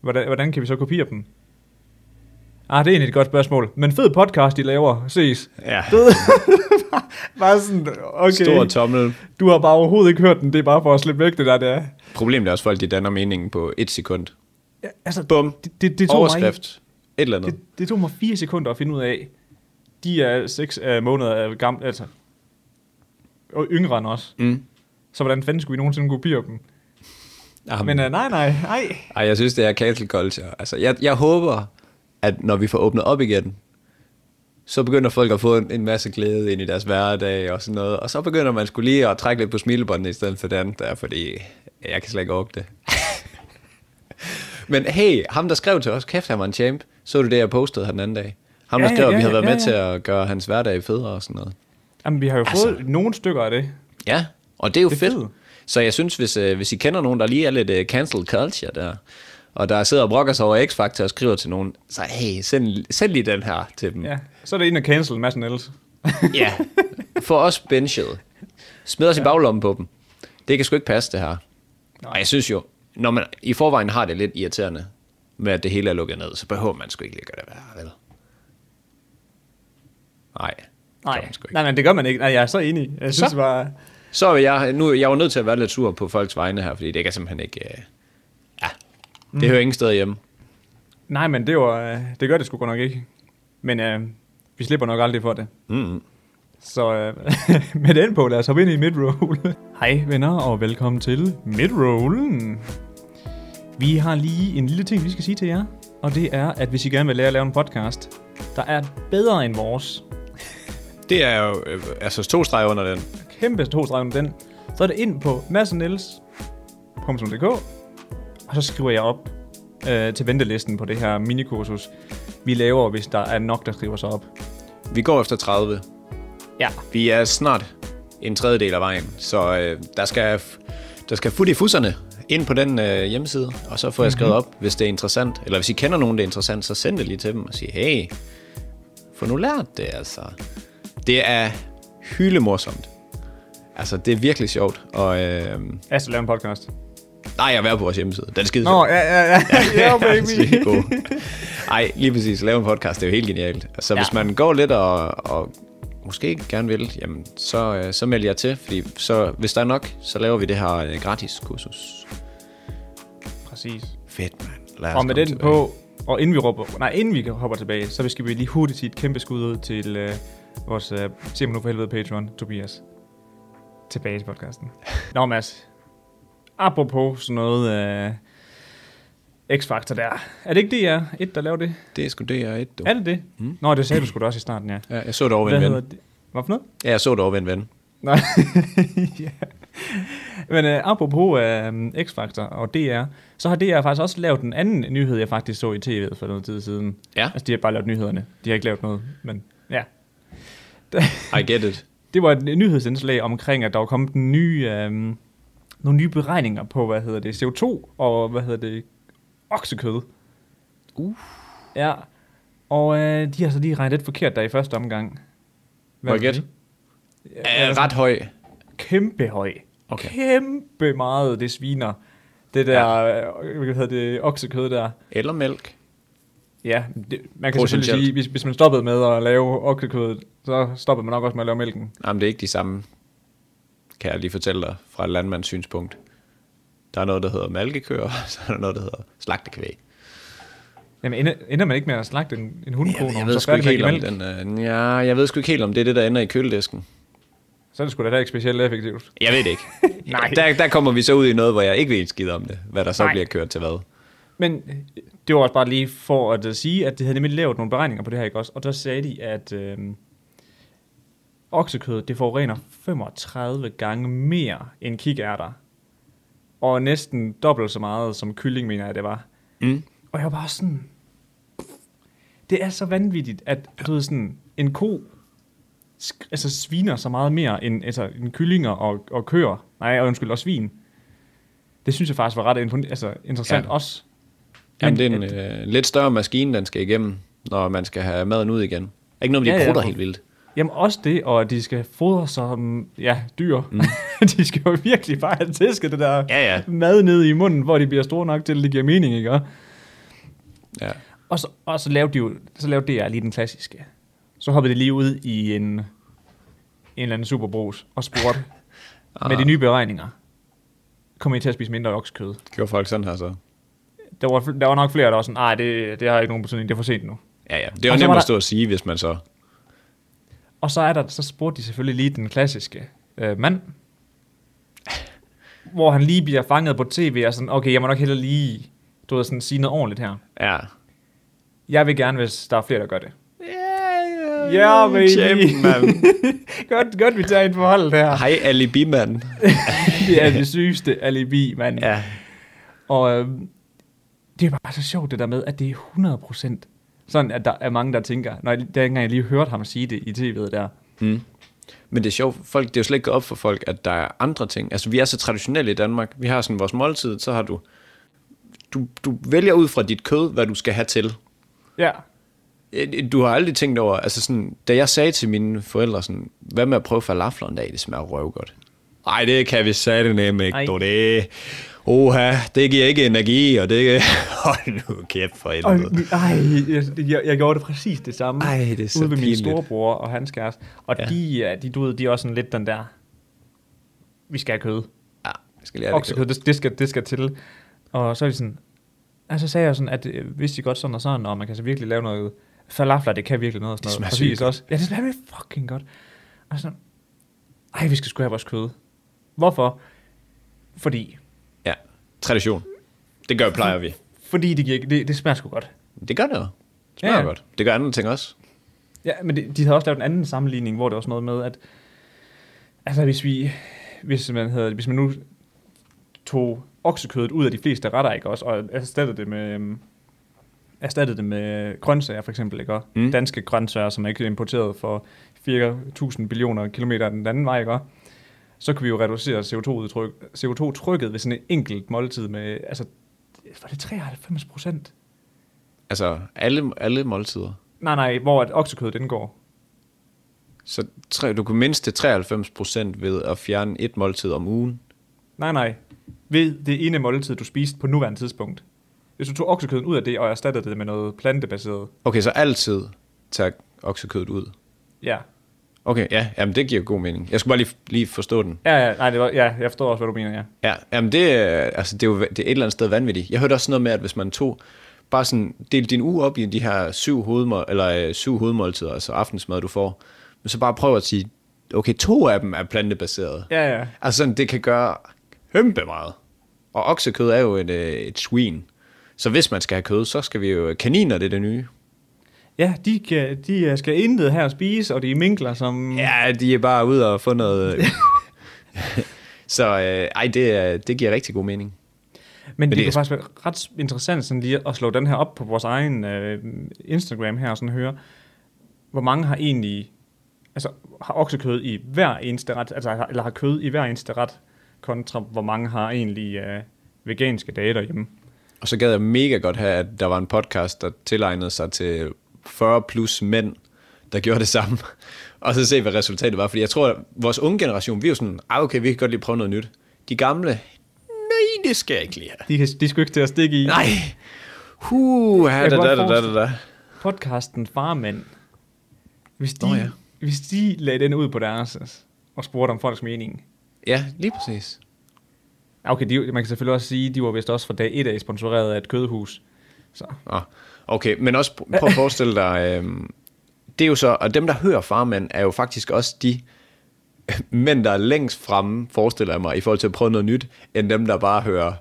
S1: Hvordan, hvordan kan vi så kopiere dem? Ah, det er egentlig et godt spørgsmål. Men fed podcast, de laver. Ses.
S2: Ja.
S1: Bare sådan, okay.
S2: Stor tommel.
S1: du har bare overhovedet ikke hørt den. Det er bare for at slippe væk, det der, det er.
S2: Problemet er også, folk de danner meningen på et sekund.
S1: Ja, altså,
S2: Bum.
S1: Det, det, det tog mig,
S2: Overskrift. Et eller andet.
S1: det, det tog mig fire sekunder at finde ud af. De er seks øh, måneder gamle, altså. Og yngre end os.
S2: Mm.
S1: Så hvordan fanden skulle vi nogensinde kopiere dem?
S2: Jamen.
S1: Men uh, nej, nej, nej.
S2: Ej, jeg synes, det er cancel culture. Altså, jeg, jeg håber, at når vi får åbnet op igen, så begynder folk at få en, en masse glæde ind i deres hverdag og sådan noget. Og så begynder man skulle lige at trække lidt på smilebåndene i stedet for det andet der, fordi jeg kan slet ikke orke det. Men hey, ham der skrev til os, kæft han var en champ, så du det, jeg postede her den anden dag. Ham der
S1: Ja, ja,
S2: skrev, at vi
S1: ja,
S2: havde været
S1: ja,
S2: med
S1: ja.
S2: til at gøre hans hverdag federe og sådan noget.
S1: Jamen, vi har jo
S2: Altså.
S1: fået nogle stykker af det.
S2: Ja, og det er jo
S1: Det er
S2: fedt.
S1: fedt.
S2: Så jeg synes, hvis, øh, hvis I kender nogen, der lige er lidt øh, cancel culture der, og der sidder og brokker sig over X-Factor og skriver til nogen, så hey, send, send lige den her til dem. Ja.
S1: Ja. Så er det ind og cancel en masse else.
S2: ja. For os benchet. Smid os ja. i baglommen på dem. Det kan sgu ikke passe, det her. Og jeg synes jo, når man i forvejen har det lidt irriterende med, at det hele er lukket ned, så behøver man sgu ikke lige gøre det værre, vel? Nej. det gør
S1: Nej,
S2: man sgu ikke.
S1: nej, nej, det gør man ikke. Nej, jeg er så enig. Jeg synes
S2: Så?
S1: bare...
S2: Så er jeg, nu, jeg var nødt til at være lidt sur på folks vegne her, fordi det kan simpelthen ikke... Øh, ja, det mm. hører ingen steder hjemme.
S1: Nej, men det, var, øh, det gør det sgu godt nok ikke. Men øh, vi slipper nok aldrig for det. Mm-hmm.
S2: Mm.
S1: Så øh, med den på, lad os hoppe ind i midroll. Hej venner, og velkommen til midrollen. Vi har lige en lille ting, vi skal sige til jer. Og det er, at hvis I gerne vil lære at lave en podcast, der er bedre end vores,
S2: Det er jo øh, altså to streger under den.
S1: kæmpe to streger under den, så er det ind på massenels.dk, og så skriver jeg op øh, til ventelisten på det her minikursus, vi laver, hvis der er nok, der skriver sig op.
S2: Vi går efter 30.
S1: Ja.
S2: Vi er snart en tredjedel af vejen, så øh, der skal, f- der skal fut i fusserne ind på den øh, hjemmeside, og så får jeg skrevet op, hvis det er interessant. Eller hvis I kender nogen, det er interessant, så send det lige til dem og sig, hey, få nu lært det altså. Det er hylemorsomt. Altså, det er virkelig sjovt, og... Øh,
S1: Altså, lave en podcast.
S2: Nej, jeg er på vores hjemmeside. Den er skide
S1: Nå, ja, ja, ja. ja, baby.
S2: Nej, lige præcis. Lave en podcast, det er jo helt genialt. Altså, ja. hvis man går lidt og, og måske ikke gerne vil, jamen, så, øh, så melder jeg til. Fordi så, hvis der er nok, så laver vi det her øh, gratis kursus.
S1: Præcis.
S2: Fedt, mand. Lad os
S1: Og med
S2: komme
S1: den
S2: tilbage.
S1: på, og inden vi, råber, nej, inden vi hopper tilbage, så skal vi lige hurtigt sige et kæmpe skud ud til øh, vores, øh, se mig nu for helvede, Patreon, Tobias. Tilbage til podcasten. Nå, Mads. Apropos sådan noget øh, X-Factor der. Er det ikke DR1, der laver det?
S2: Det er sgu det, jeg er et, du.
S1: Er det det? Mm. Nå, det sagde du sgu da også i starten, ja.
S2: Ja, jeg så det over ved en ven.
S1: det? Hvad for noget?
S2: Ja, jeg så det over ved en ven.
S1: Nej. ja. Men øh, apropos øh, X-Factor og DR, så har DR faktisk også lavet en anden nyhed, jeg faktisk så i tv for noget tid siden.
S2: Ja,
S1: Altså, de har bare lavet nyhederne. De har ikke lavet noget, men ja.
S2: I get it.
S1: Det var et nyhedsindslag omkring, at der var kommet en ny, øhm, nogle nye beregninger på, hvad hedder det, CO2 og, hvad hedder det, oksekød.
S2: Uh.
S1: Ja, og øh, de har så lige regnet lidt forkert der i første omgang.
S2: Må jeg
S1: vil du
S2: gætte?
S1: sige?
S2: Er ret høj.
S1: altså, Kæmpe høj.
S2: Okay.
S1: Kæmpe meget, øh, det sviner. Det der, ja. hvad hedder det, oksekød der.
S2: Eller mælk.
S1: Ja, det, man kan selvfølgelig sige, hvis, hvis man stoppede med at lave oksekødet, så stoppede man nok også med at lave mælken.
S2: Jamen, det er ikke de samme, kan jeg lige fortælle dig, fra et landmands synspunkt. Der er noget, der hedder malkekøer, og så er der noget, der hedder slagtekvæg.
S1: Jamen, ender, ender man ikke med at slagte en, en hundko,
S2: jeg
S1: når man
S2: ved
S1: så
S2: sgu
S1: færdig
S2: ikke
S1: med at
S2: helt,
S1: give
S2: om
S1: mælk?
S2: den, øh, ja, jeg ved sgu ikke helt, om det er det, der ender i køledisken.
S1: Så er det sgu da heller ikke specielt effektivt.
S2: Jeg ved det ikke.
S1: Nej.
S2: Der, der kommer vi så ud i noget, hvor jeg ikke ved en skid om det, hvad der så
S1: Nej.
S2: bliver kørt til hvad.
S1: Men øh, det var også bare lige for at øh, sige, at de havde nemlig lavet nogle beregninger på det her, ikke også? Og der sagde de, at øh, oksekød, det forurener 35 gange mere end kikærter. Og næsten dobbelt så meget som kylling, mener jeg, det var.
S2: Mm.
S1: Og jeg var bare sådan... Det er så vanvittigt, at du ved sådan, en ko sk- altså, sviner så meget mere end, altså, end kyllinger og, og køer. Nej, og undskyld, og svin. Det synes jeg faktisk var ret impon- altså, interessant
S2: Ja.
S1: ja. også.
S2: Jamen,
S1: Men
S2: det er en øh, lidt større maskine, den skal igennem, når man skal have maden ud igen. Ikke noget, med de
S1: Ja,
S2: ja,
S1: ja.
S2: prutter helt vildt.
S1: Jamen også det, og at de skal fodre som ja, dyr. Mm. de skal jo virkelig bare have tæsket det der
S2: Ja, ja.
S1: mad ned i munden, hvor de bliver store nok til, at det giver mening, ikke? Og-
S2: Ja.
S1: Og så, og så lavede de jo, så lavede DR lige den klassiske. Så hoppede de lige ud i en, en eller anden superbrus og spurgte, med
S2: Ah.
S1: de nye beregninger, kommer I til at spise mindre oksekød?
S2: Gjorde folk sådan her så?
S1: Der var, der var nok flere, der var sådan, nej, det, det har ikke nogen betydning, det er for sent nu.
S2: Ja, ja. Det er
S1: Og
S2: jo
S1: så
S2: nemt
S1: var
S2: at
S1: der-
S2: stå og sige, hvis man så...
S1: Og så, er der, så spurgte de selvfølgelig lige den klassiske øh, mand, hvor han lige bliver fanget på tv og sådan, okay, jeg må nok hellere lige du ved, sådan, sige noget ordentligt her.
S2: Ja.
S1: Jeg vil gerne, hvis der er flere, der gør det.
S2: Ja,
S1: Ja, baby.
S2: mand.
S1: Godt, godt vi tager ind på holdet her.
S2: Hej, alibi, mand.
S1: Det er det sygeste alibi, mand.
S2: Ja.
S1: Og øh, det er bare så sjovt det der med, at det er 100% sådan, at der er mange, der tænker, når jeg, dengang jeg lige hørte ham sige det i tv'et der,
S2: Men det er sjovt, folk, det er jo slet ikke gået op for folk, at der er andre ting. Altså, vi er så traditionelle i Danmark. Vi har sådan vores måltid, så har du... Du, du vælger ud fra dit kød, hvad du skal have til.
S1: ja,
S2: Øh, Du har aldrig tænkt over, altså sådan, da jeg sagde til mine forældre sådan, hvad med at prøve falafler en dag, det smager røvgodt. Nej, det kan vi sætte nemme ikke,
S1: Ej.
S2: du det. Oha, det giver ikke energi, og det... Hold nu kæft for
S1: Og,
S2: helvede.
S1: ej, jeg, jeg, jeg gjorde det præcis det samme.
S2: Ej, det er så
S1: Ude ved min
S2: pinligt.
S1: storebror og hans kæreste. Og ja. de, er- de, du ved, de er også sådan lidt den der, vi skal have kød.
S2: Ja, jeg skal lære det.
S1: Oksekød, det, det, skal, det skal til. Og så er de sådan, altså så sagde jeg sådan, at øh, vidste de godt sådan og sådan, og man kan så virkelig lave noget falafler, det kan virkelig noget. og Sådan
S2: Det
S1: noget.
S2: smager
S1: Præcis
S2: sygt
S1: også. Ja, det smager virkelig fucking godt. Og sådan, ej, vi skal sgu have vores kød. Hvorfor? Fordi,
S2: Ja, tradition. Det gør plejer vi.
S1: fordi det, giver, det, det smager sgu godt.
S2: Det gør noget. Det smager
S1: Ja.
S2: godt. Det gør andre ting også.
S1: Ja, men de, de havde også lavet en anden sammenligning, hvor det var sådan noget med, at altså hvis vi, hvis man, havde, hvis man nu tog oksekødet ud af de fleste retter, ikke også, og erstattede det med, øhm, erstattede det med grøntsager for eksempel, ikke også?
S2: Mm.
S1: Mm. Danske grøntsager, som er ikke importeret for 4.000 billioner kilometer den anden vej, ikke også? Så kunne vi jo reducere CO2-udtryk, CO2-trykket ved sådan en enkelt måltid med, altså, var det 93 procent?
S2: Altså, alle, alle måltider.
S1: Nej, nej, hvor at oksekødet indgår.
S2: Så tre, du kunne mindste 93% ved at fjerne et måltid om ugen.
S1: Nej, nej. Ved det ene måltid, du spiste på nuværende tidspunkt. Hvis du tog oksekøden ud af det, og erstattede det med noget plantebaseret.
S2: Okay, så altid tage oksekødet ud.
S1: Ja.
S2: Okay, ja, jamen det giver god mening. Jeg skulle bare lige, lige forstå den.
S1: Ja, ja, nej, det var, ja, jeg forstår også, hvad du mener, ja.
S2: Ja, jamen det, øh, altså det, er jo, det er et eller andet sted vanvittigt. Jeg hørte også sådan noget med, at hvis man tog, bare sådan, del din uge op i de her syv, hovedmål, eller, øh, syv hovedmåltider, altså aftensmad, du får, men så bare prøv at sige, okay, to af dem er plantebaserede.
S1: Ja, ja.
S2: Altså sådan, det kan gøre hømpe meget. Og oksekød er jo et, øh, et svin. Så hvis man skal have kød, så skal vi jo... øh, Kaniner, det er det nye.
S1: Ja, de, kan, de øh, skal intet her spise, og de er minkler, som...
S2: Ja, de er bare ude og få noget... øh. så øh, ej, det, er- det giver rigtig god mening.
S1: Men det,
S2: det
S1: det kunne
S2: er-
S1: faktisk være ret interessant sådan lige at slå den her op på vores egen øh, Instagram her og sådan høre, hvor mange har egentlig, altså har oksekød i hver eneste ret, altså har- eller har kød i hver eneste ret, kontra hvor mange har egentlig øh, veganske dage derhjemme.
S2: Og så gad jeg mega godt have, at der var en podcast, der tilegnede sig til 40 plus mænd, der gjorde det samme. Og så se, hvad resultatet var. Fordi jeg tror, at vores unge generation, vi er jo sådan, ah, okay, vi kan godt lige prøve noget nyt. De gamle, nej, det skal jeg ikke lige have.
S1: De, kan, de skulle ikke til at stikke i.
S2: Nej. Huh, ja, da,
S1: Jeg kan
S2: da,
S1: godt
S2: da, da, da, da.
S1: podcasten Farmand, hvis de,
S2: Nå ja.
S1: hvis de lagde den ud på deres og spurgte om folks mening.
S2: Ja, lige præcis.
S1: Okay, de, man kan selvfølgelig også sige, de var vist også fra dag 1 af sponsoreret af et kødhus. Så.
S2: Ah, okay, men også pr- prøv at forestille dig, øhm, det er jo så, og dem, der hører farmand, er jo faktisk også de mænd, der er længst fremme, forestiller jeg mig, i forhold til at prøve noget nyt, end dem, der bare hører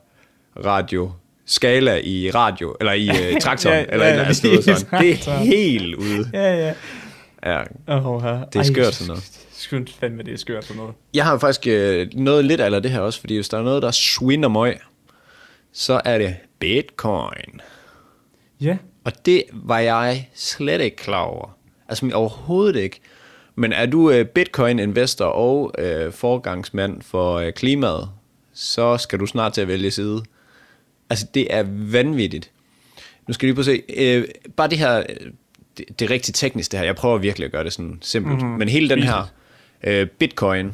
S2: radio, skala i radio, eller i øh, traktoren,
S1: Ja,
S2: ja, eller
S1: ja,
S2: ja, eller andet sted.
S1: lige
S2: og Sådan. Det er
S1: traktoren.
S2: helt ude.
S1: Ja, ja.
S2: Ja.
S1: Oh, her.
S2: Det er skørt sådan noget.
S1: Skønt fandme, det er skørt sådan noget.
S2: Jeg har faktisk øh, noget lidt af det her også, fordi hvis der er noget, der swinder møg, så er det bitcoin.
S1: Ja,
S2: Og det var jeg slet ikke klar over. Altså overhovedet ikke. Men er du øh, bitcoin-investor og øh, forgangsmand for øh, klimaet, så skal du snart til at vælge side. Altså det er vanvittigt. Nu skal vi lige prøve at se. Øh, bare det her, øh, det, det er rigtig teknisk det her. Jeg prøver virkelig at gøre det sådan simpelt.
S1: Mhm.
S2: Mm-hmm. Men hele den her øh, bitcoin,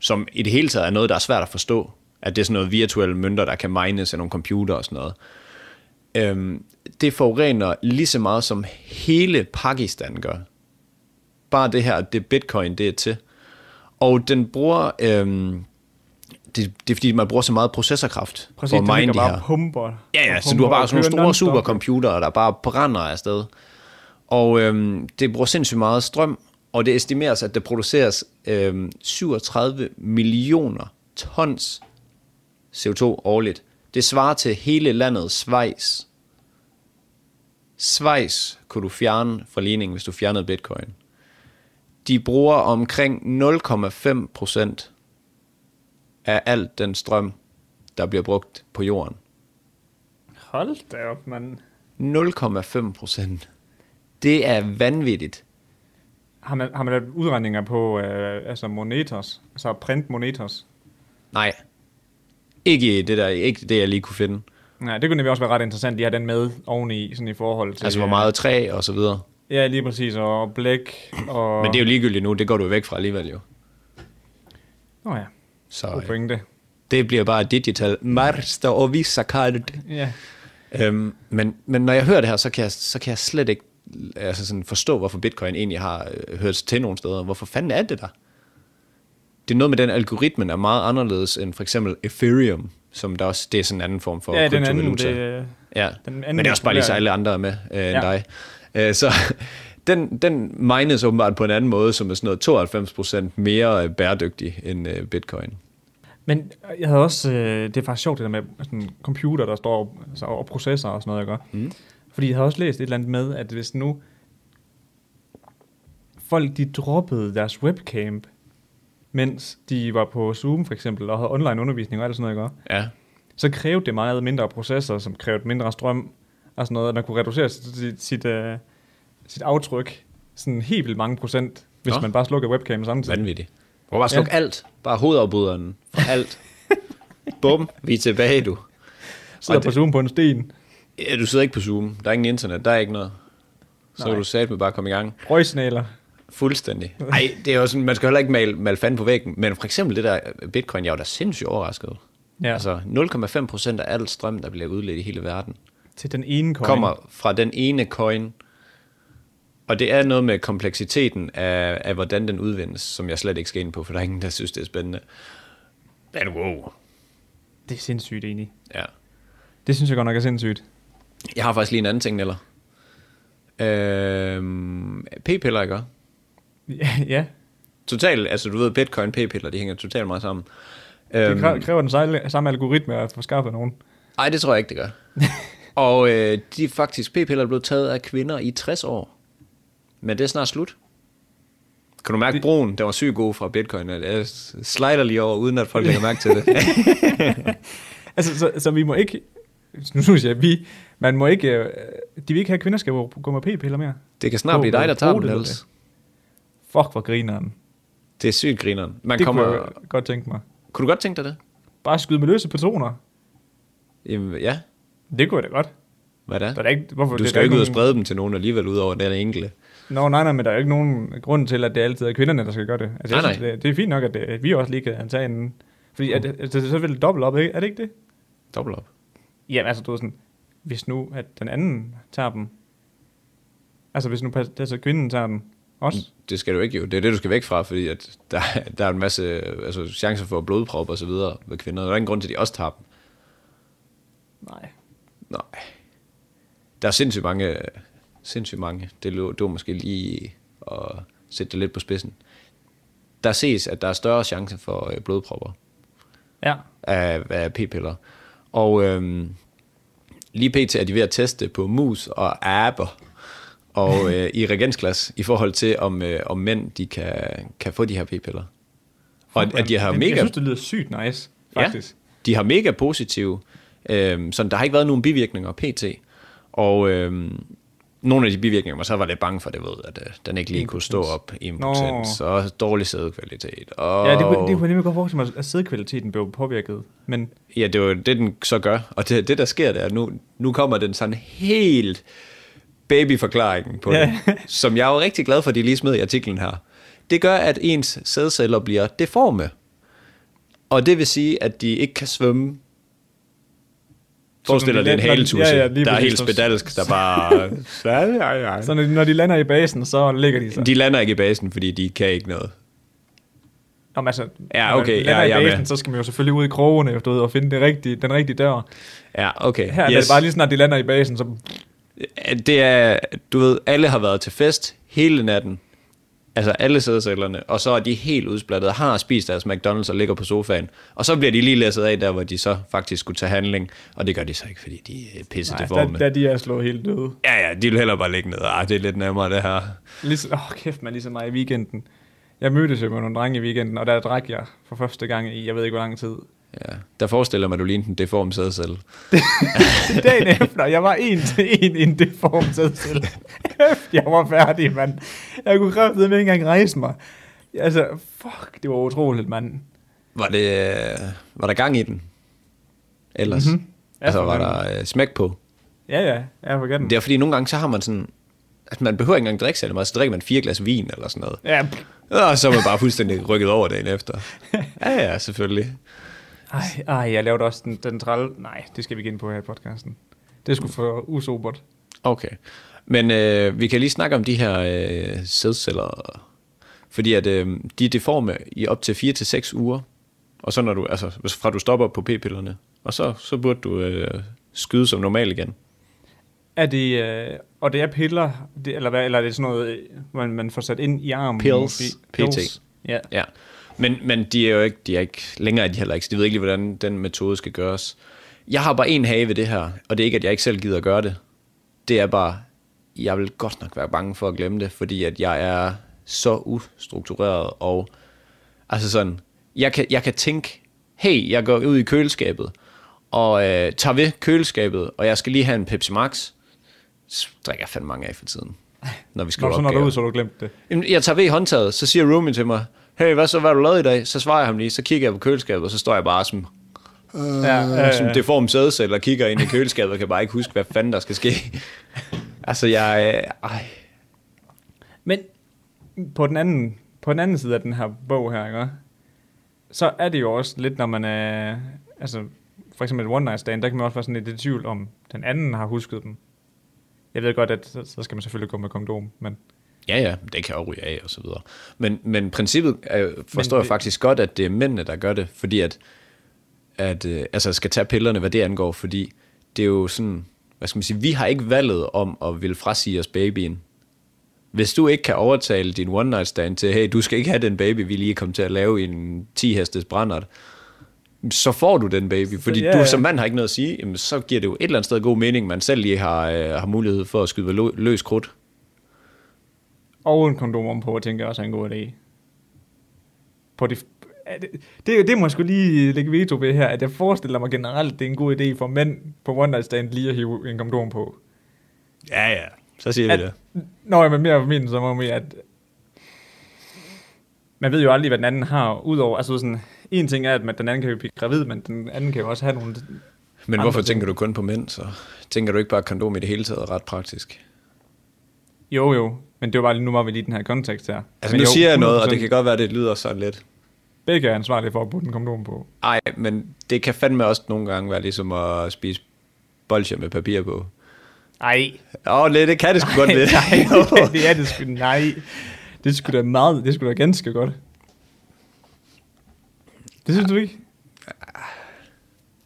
S2: som i det hele taget er noget, der er svært at forstå. At det er sådan noget virtuelle mønter, der kan mines af nogle computer og sådan noget øhm, det forurener lige så meget som hele Pakistan gør. Bare det her, det bitcoin, det er til. Og den bruger, øhm, det, det er fordi, man bruger så meget processorkraft
S1: præcis.
S2: for at
S1: Den
S2: mine
S1: ligger
S2: de
S1: bare
S2: her.
S1: og pumper.
S2: Ja, ja,
S1: og
S2: så du har
S1: pumper
S2: bare
S1: og
S2: sådan
S1: kører
S2: nogle store
S1: non-stop.
S2: supercomputere, der bare brænder afsted. Og øhm, det bruger sindssygt meget strøm, og det estimeres, at der produceres øhm, 37 millioner tons CO2 årligt. Det svarer til hele landet Schweiz. Schweiz kunne du fjerne fra ligningen, hvis du fjernede bitcoin. De bruger omkring 0,5 procent af alt den strøm, der bliver brugt på jorden.
S1: Hold da op, mand.
S2: 0,5 procent. Det er vanvittigt.
S1: Har man, har man lavet udregninger på øh, altså monetos, altså print monetos?
S2: Nej. Ikke det der, ikke det jeg lige kunne finde.
S1: Nej, det kunne nemlig også være ret interessant, de har den med oveni, sådan i forhold til... øh,
S2: Altså hvor meget træ og så videre.
S1: Ja, lige præcis, og blæk, og...
S2: Men det er jo ligegyldigt nu, det går du væk fra alligevel jo.
S1: Nå ja,
S2: Så
S1: god
S2: øh,
S1: pointe. det.
S2: det bliver bare digital. Marster og visakart.
S1: Ja.
S2: Øhm, men, men når jeg hører det her, så kan jeg, så kan jeg slet ikke altså sådan forstå, hvorfor bitcoin egentlig har øh, hørt til nogle steder. Hvorfor fanden er det der? Det er noget med, den algoritmen er meget anderledes end for eksempel Ethereum, som der også, det er sådan en anden form for
S1: ja, den anden,
S2: kryptovaluta.
S1: det, øh,
S2: Ja,
S1: Den
S2: den
S1: anden
S2: men det er også bare lige så
S1: populære.
S2: alle andre er med øh, end
S1: Ja.
S2: ja. dig. Øh, så den, den mines åbenbart på en anden måde, som er sådan noget 92% mere øh, bæredygtig end øh, bitcoin.
S1: Men jeg havde også, øh, det er faktisk sjovt det der med sådan computer, der står altså, og processer og sådan noget, jeg gør. Mm. Fordi jeg havde også læst et eller andet med, at hvis nu folk de droppede deres webcam, mens de var på Zoom for eksempel, og havde online undervisning og alt sådan noget, jeg gør,
S2: Ja.
S1: så krævede det meget mindre processer, som krævede mindre strøm og sådan noget, at man kunne reducere sit, sit, sit, øh, sit aftryk sådan helt vildt mange procent, hvis
S2: Nå.
S1: man bare slukker webcam samtidig.
S2: Vanvittigt. Prøv bare at slukke ja. alt. Bare hovedafbryderen for alt. Bum, vi er tilbage, du.
S1: Sidder
S2: Og
S1: på Zoom på en sten.
S2: Ja, du sidder ikke på Zoom. Der er ingen internet. Der er ikke noget. Så
S1: Nej.
S2: Nej. du sat med bare komme i gang.
S1: Røgsnaler.
S2: Fuldstændig. Nej, det er jo sådan, man skal heller ikke male, male fanden på væggen. Men for eksempel det der bitcoin, jeg var da sindssygt overrasket.
S1: Ja.
S2: Ja. Altså 0,5 procent af al strøm, der bliver udledt i hele verden,
S1: Til den ene coin.
S2: kommer fra den ene coin. Og det er noget med kompleksiteten af, af, hvordan den udvindes, som jeg slet ikke skal ind på, for der er ingen, der synes, det er spændende. Men wow.
S1: Det er sindssygt egentlig.
S2: Ja.
S1: Det synes jeg godt nok er sindssygt.
S2: Jeg har faktisk lige en anden ting, eller? Øhm, p-piller, ikke? også?
S1: Ja, ja.
S2: Totalt, altså du ved, bitcoin, p-piller, de hænger totalt meget sammen.
S1: det
S2: Øhm,
S1: kræver, kræver den sejle- samme algoritme at få skaffet nogen.
S2: ej, det tror jeg ikke, det gør. og øh, de er faktisk, p-piller er blevet taget af kvinder i 60 år. Men det er snart slut. Kan du mærke det... broen? Den var sygt god fra bitcoin. Jeg slider lige over, uden at folk lægger mærke til det.
S1: Altså, så, så vi må ikke... Nu synes jeg, vi... Man må ikke... Øh, de vil ikke have, at kvinder skal gå med p-piller mere.
S2: det kan snart blive dig, der tager
S1: Brug
S2: den,
S1: det,
S2: ellers.
S1: Fuck, hvor grineren.
S2: Det er sygt grineren. Man
S1: Det
S2: kommer...
S1: kommer... kunne jeg godt tænke mig.
S2: Kunne du godt tænke dig det?
S1: Bare skyde med løse patroner.
S2: Jamen, ja.
S1: Det kunne jeg da godt.
S2: Hvad da?
S1: Der er da ikke, hvorfor,
S2: Du
S1: det er
S2: skal
S1: der
S2: jo ikke ud og
S1: nogen-
S2: sprede dem til nogen alligevel, udover den enkelte.
S1: Nå, nej, nej, men der er jo ikke nogen grund til, at det altid er kvinderne, der skal gøre det. Altså, jeg
S2: Nej,
S1: synes,
S2: nej. Mm.
S1: Det, det er fint nok, at, det, at vi også lige kan tage altså, en... Fordi at, at, at, så vil det dobbelt op, ikke? er det ikke det?
S2: Dobbelt op.
S1: Jamen altså, du er sådan, hvis nu, at den anden tager dem? Altså hvis nu pas- altså, kvinden tager dem også?
S2: Det skal du ikke jo. Det er det, du skal væk fra, fordi at der, der er en masse altså, chancer for blodprop og så videre ved kvinder. Der er ingen grund til, at de også tager dem.
S1: Nej.
S2: Nej. Der er sindssygt mange, sindssygt mange. Det, lå, det var måske lige at sætte det lidt på spidsen. Der ses, at der er større chance for øh, blodpropper
S1: Ja.
S2: af, af p-piller. Og øhm, lige pt. er de ved at teste på mus og aber og øh, i regensklasse i forhold til, om, øh, om mænd de kan, kan få de her p-piller. Og at, at de har
S1: jeg, Jeg
S2: mega,
S1: synes, det lyder sygt nice, faktisk.
S2: Ja, de har mega positive. Øhm, sådan, der har ikke været nogen bivirkninger pt. Og øhm, nogle af de bivirkninger, man så var lidt bange for, det ved, at øh, den ikke lige kunne stå op i impotens, og dårlig sædekvalitet. Og,
S1: Ja, det, kunne, det kunne jeg nemlig godt forestille mig, at sædkvaliteten blev påvirket. Men
S2: Ja, det er jo det, den så gør. Og det, det der sker, det er, at nu, nu kommer den sådan helt babyforklaringen på
S1: Ja.
S2: ja. det, som jeg er jo rigtig glad for, at de lige smed i artiklen her. Det gør, at ens sædceller bliver deforme. Og det vil sige, at de ikke kan svømme. Forestil dig, det er en
S1: når de-
S2: haletusse,
S1: ja,
S2: ja,
S1: ja,
S2: ja,
S1: lige
S2: der er
S1: præcis.
S2: helt spedalsk, der bare... ja, ja, ja.
S1: så når de, når de lander i basen, så ligger de sig.
S2: De lander ikke i basen, fordi de kan ikke noget.
S1: Nå, men altså,
S2: Ja,
S1: når man
S2: okay,
S1: lander
S2: ja, jeg
S1: i
S2: er
S1: basen,
S2: med.
S1: så skal man jo selvfølgelig ud i krogene, du ved, og finde det rigtige, den rigtige dør.
S2: Ja, okay.
S1: Her yes. er det bare lige snart, de lander i basen, så
S2: at det er, du ved, alle har været til fest hele natten. Altså alle sædcellerne, og så er de helt udsplattet, har spist deres McDonald's og ligger på sofaen. Og så bliver de lige læsset af der, hvor de så faktisk skulle tage handling. Og det gør de så ikke, fordi de er pisse
S1: nej, der,
S2: deforme.
S1: der, de er slået helt døde.
S2: Ja, ja, de vil hellere bare ligge ned. Ah, det er lidt nemmere det her.
S1: Ligesom, åh, kæft, man, ligesom mig i weekenden. Jeg mødtes jo med nogle drenge i weekenden, og der drak jeg for første gang i, jeg ved ikke, hvor lang tid.
S2: Ja. Der forestiller mig, at du ligner en deform sædcelle.
S1: Dagen efter, jeg var en til en i en deform sædsel. Kæft, jeg var færdig, mand. Jeg kunne kræftede ikke engang rejse mig. Altså, fuck, det var utroligt, mand.
S2: Var, det, øh, var der gang i den? Ellers?
S1: Mhm.
S2: Mm-hmm.
S1: Ja,
S2: altså,
S1: for
S2: var
S1: fanden.
S2: der øh, smæk på?
S1: Ja, ja, jeg forget den.
S2: Det er fordi, nogle gange så har man sådan... At man behøver ikke engang drikke særlig meget, så drikker man fire glas vin eller sådan noget.
S1: Ja,
S2: Og så er man bare fuldstændig rykket over dagen efter. Ja, ja, selvfølgelig.
S1: ej, ej, jeg lavede også den, den træl. Nej, det skal vi ikke ind på her i podcasten. Det skulle for usobert.
S2: Okay. Men øh, vi kan lige snakke om de her øh, sædceller. Fordi at øh, de er deforme i op til 4 til 6 uger. Og så når du, altså, hvis- fra du stopper på p-pillerne. Og så, så burde du øh, skyde som normal igen.
S1: Er det, øh, og det er piller, det, eller, hvad, eller er det sådan noget, øh, man, man får sat ind i armen?
S2: Pills,
S1: måske?
S2: PT.
S1: Ja.
S2: Ja. Men, men de er jo ikke, de er ikke, længere er de heller ikke, så de ved ikke lige, hvordan den metode skal gøres. Jeg har bare en have ved det her, og det er ikke, at jeg ikke selv gider at gøre det. Det er bare, jeg vil godt nok være bange for at glemme det, fordi at jeg er så ustruktureret, og altså sådan, jeg kan, jeg kan tænke, hey, jeg går ud i køleskabet, og øh, tager ved køleskabet, og jeg skal lige have en Pepsi Max. Så drikker jeg fandme mange af for tiden, når vi skal
S1: Nå, så når du er ude, så har du glemt det.
S2: Jamen, Jeg tager ved i håndtaget, så siger roomien til mig, hey, hvad så, hvad har du lavet i dag? Så svarer jeg ham lige, så kigger jeg på køleskabet, og så står jeg bare som,
S1: Ja,
S2: øh, som det form sædecelle og kigger ind i køleskabet, og kan bare ikke huske, hvad fanden der skal ske. altså, jeg... Øh, ej.
S1: Men på den anden, på den anden side af den her bog her, ikke? også? så er det jo også lidt, når man er... Altså, for eksempel et one night stand, der kan man også være sådan lidt i tvivl om, den anden har husket dem. Jeg ved godt, at så så skal man selvfølgelig gå med kondom, men...
S2: Ja, ja, det kan jeg ryge af, og så videre. Men, men princippet øh, forstår
S1: Men
S2: men
S1: det-
S2: jeg faktisk godt, at det er mændene, der gør det, fordi at, at øh, altså skal tage pillerne, hvad det angår, fordi det er jo sådan, hvad skal man sige, vi har ikke valget om at ville frasige os babyen. Hvis du ikke kan overtale din one night stand til, hey, du skal ikke have den baby, vi lige kom til at lave i en 10-hestes brændert, så får du den baby, fordi
S1: ja,
S2: ja,
S1: ja.
S2: du som mand har ikke noget at sige, jamen, så giver det jo et eller andet sted god mening, man selv lige har, øh, har mulighed for at skyde lo- løs krudt.
S1: Og en kondom om på, tænker jeg også er en god idé. På det, er det, det, det må jeg sgu lige lægge veto ved her, at jeg forestiller mig generelt, det er en god idé for mænd på one night stand lige at hive en kondom på.
S2: Ja, ja. Så siger
S1: At-
S2: vi det.
S1: Nå, men mere for min, så må mere, at man ved jo aldrig, hvad den anden har, udover, altså sådan, en ting er, at man, den anden kan jo blive gravid, men den anden kan jo også have nogle,
S2: Men
S1: andre
S2: hvorfor
S1: ting.
S2: tænker du kun på mænd, så? Tænker du ikke bare, at kondom i det hele taget er ret praktisk?
S1: jo jo, men det var bare lige, nu var vi lige i den her kontekst her.
S2: Altså
S1: men
S2: nu
S1: jo,
S2: siger jeg noget, og
S1: 100%
S2: det kan godt være, at det lyder sådan lidt.
S1: Begge er ansvarlige for at putte en kondom på.
S2: Ej, men det kan fandme også nogle gange være ligesom at spise bolsjer med papir på.
S1: Ej.
S2: Åh, oh, det kan det sgu godt lidt.
S1: Nej, det er det sgu. Nej. Det skulle da meget, det skulle da ganske godt. Det synes du ikke?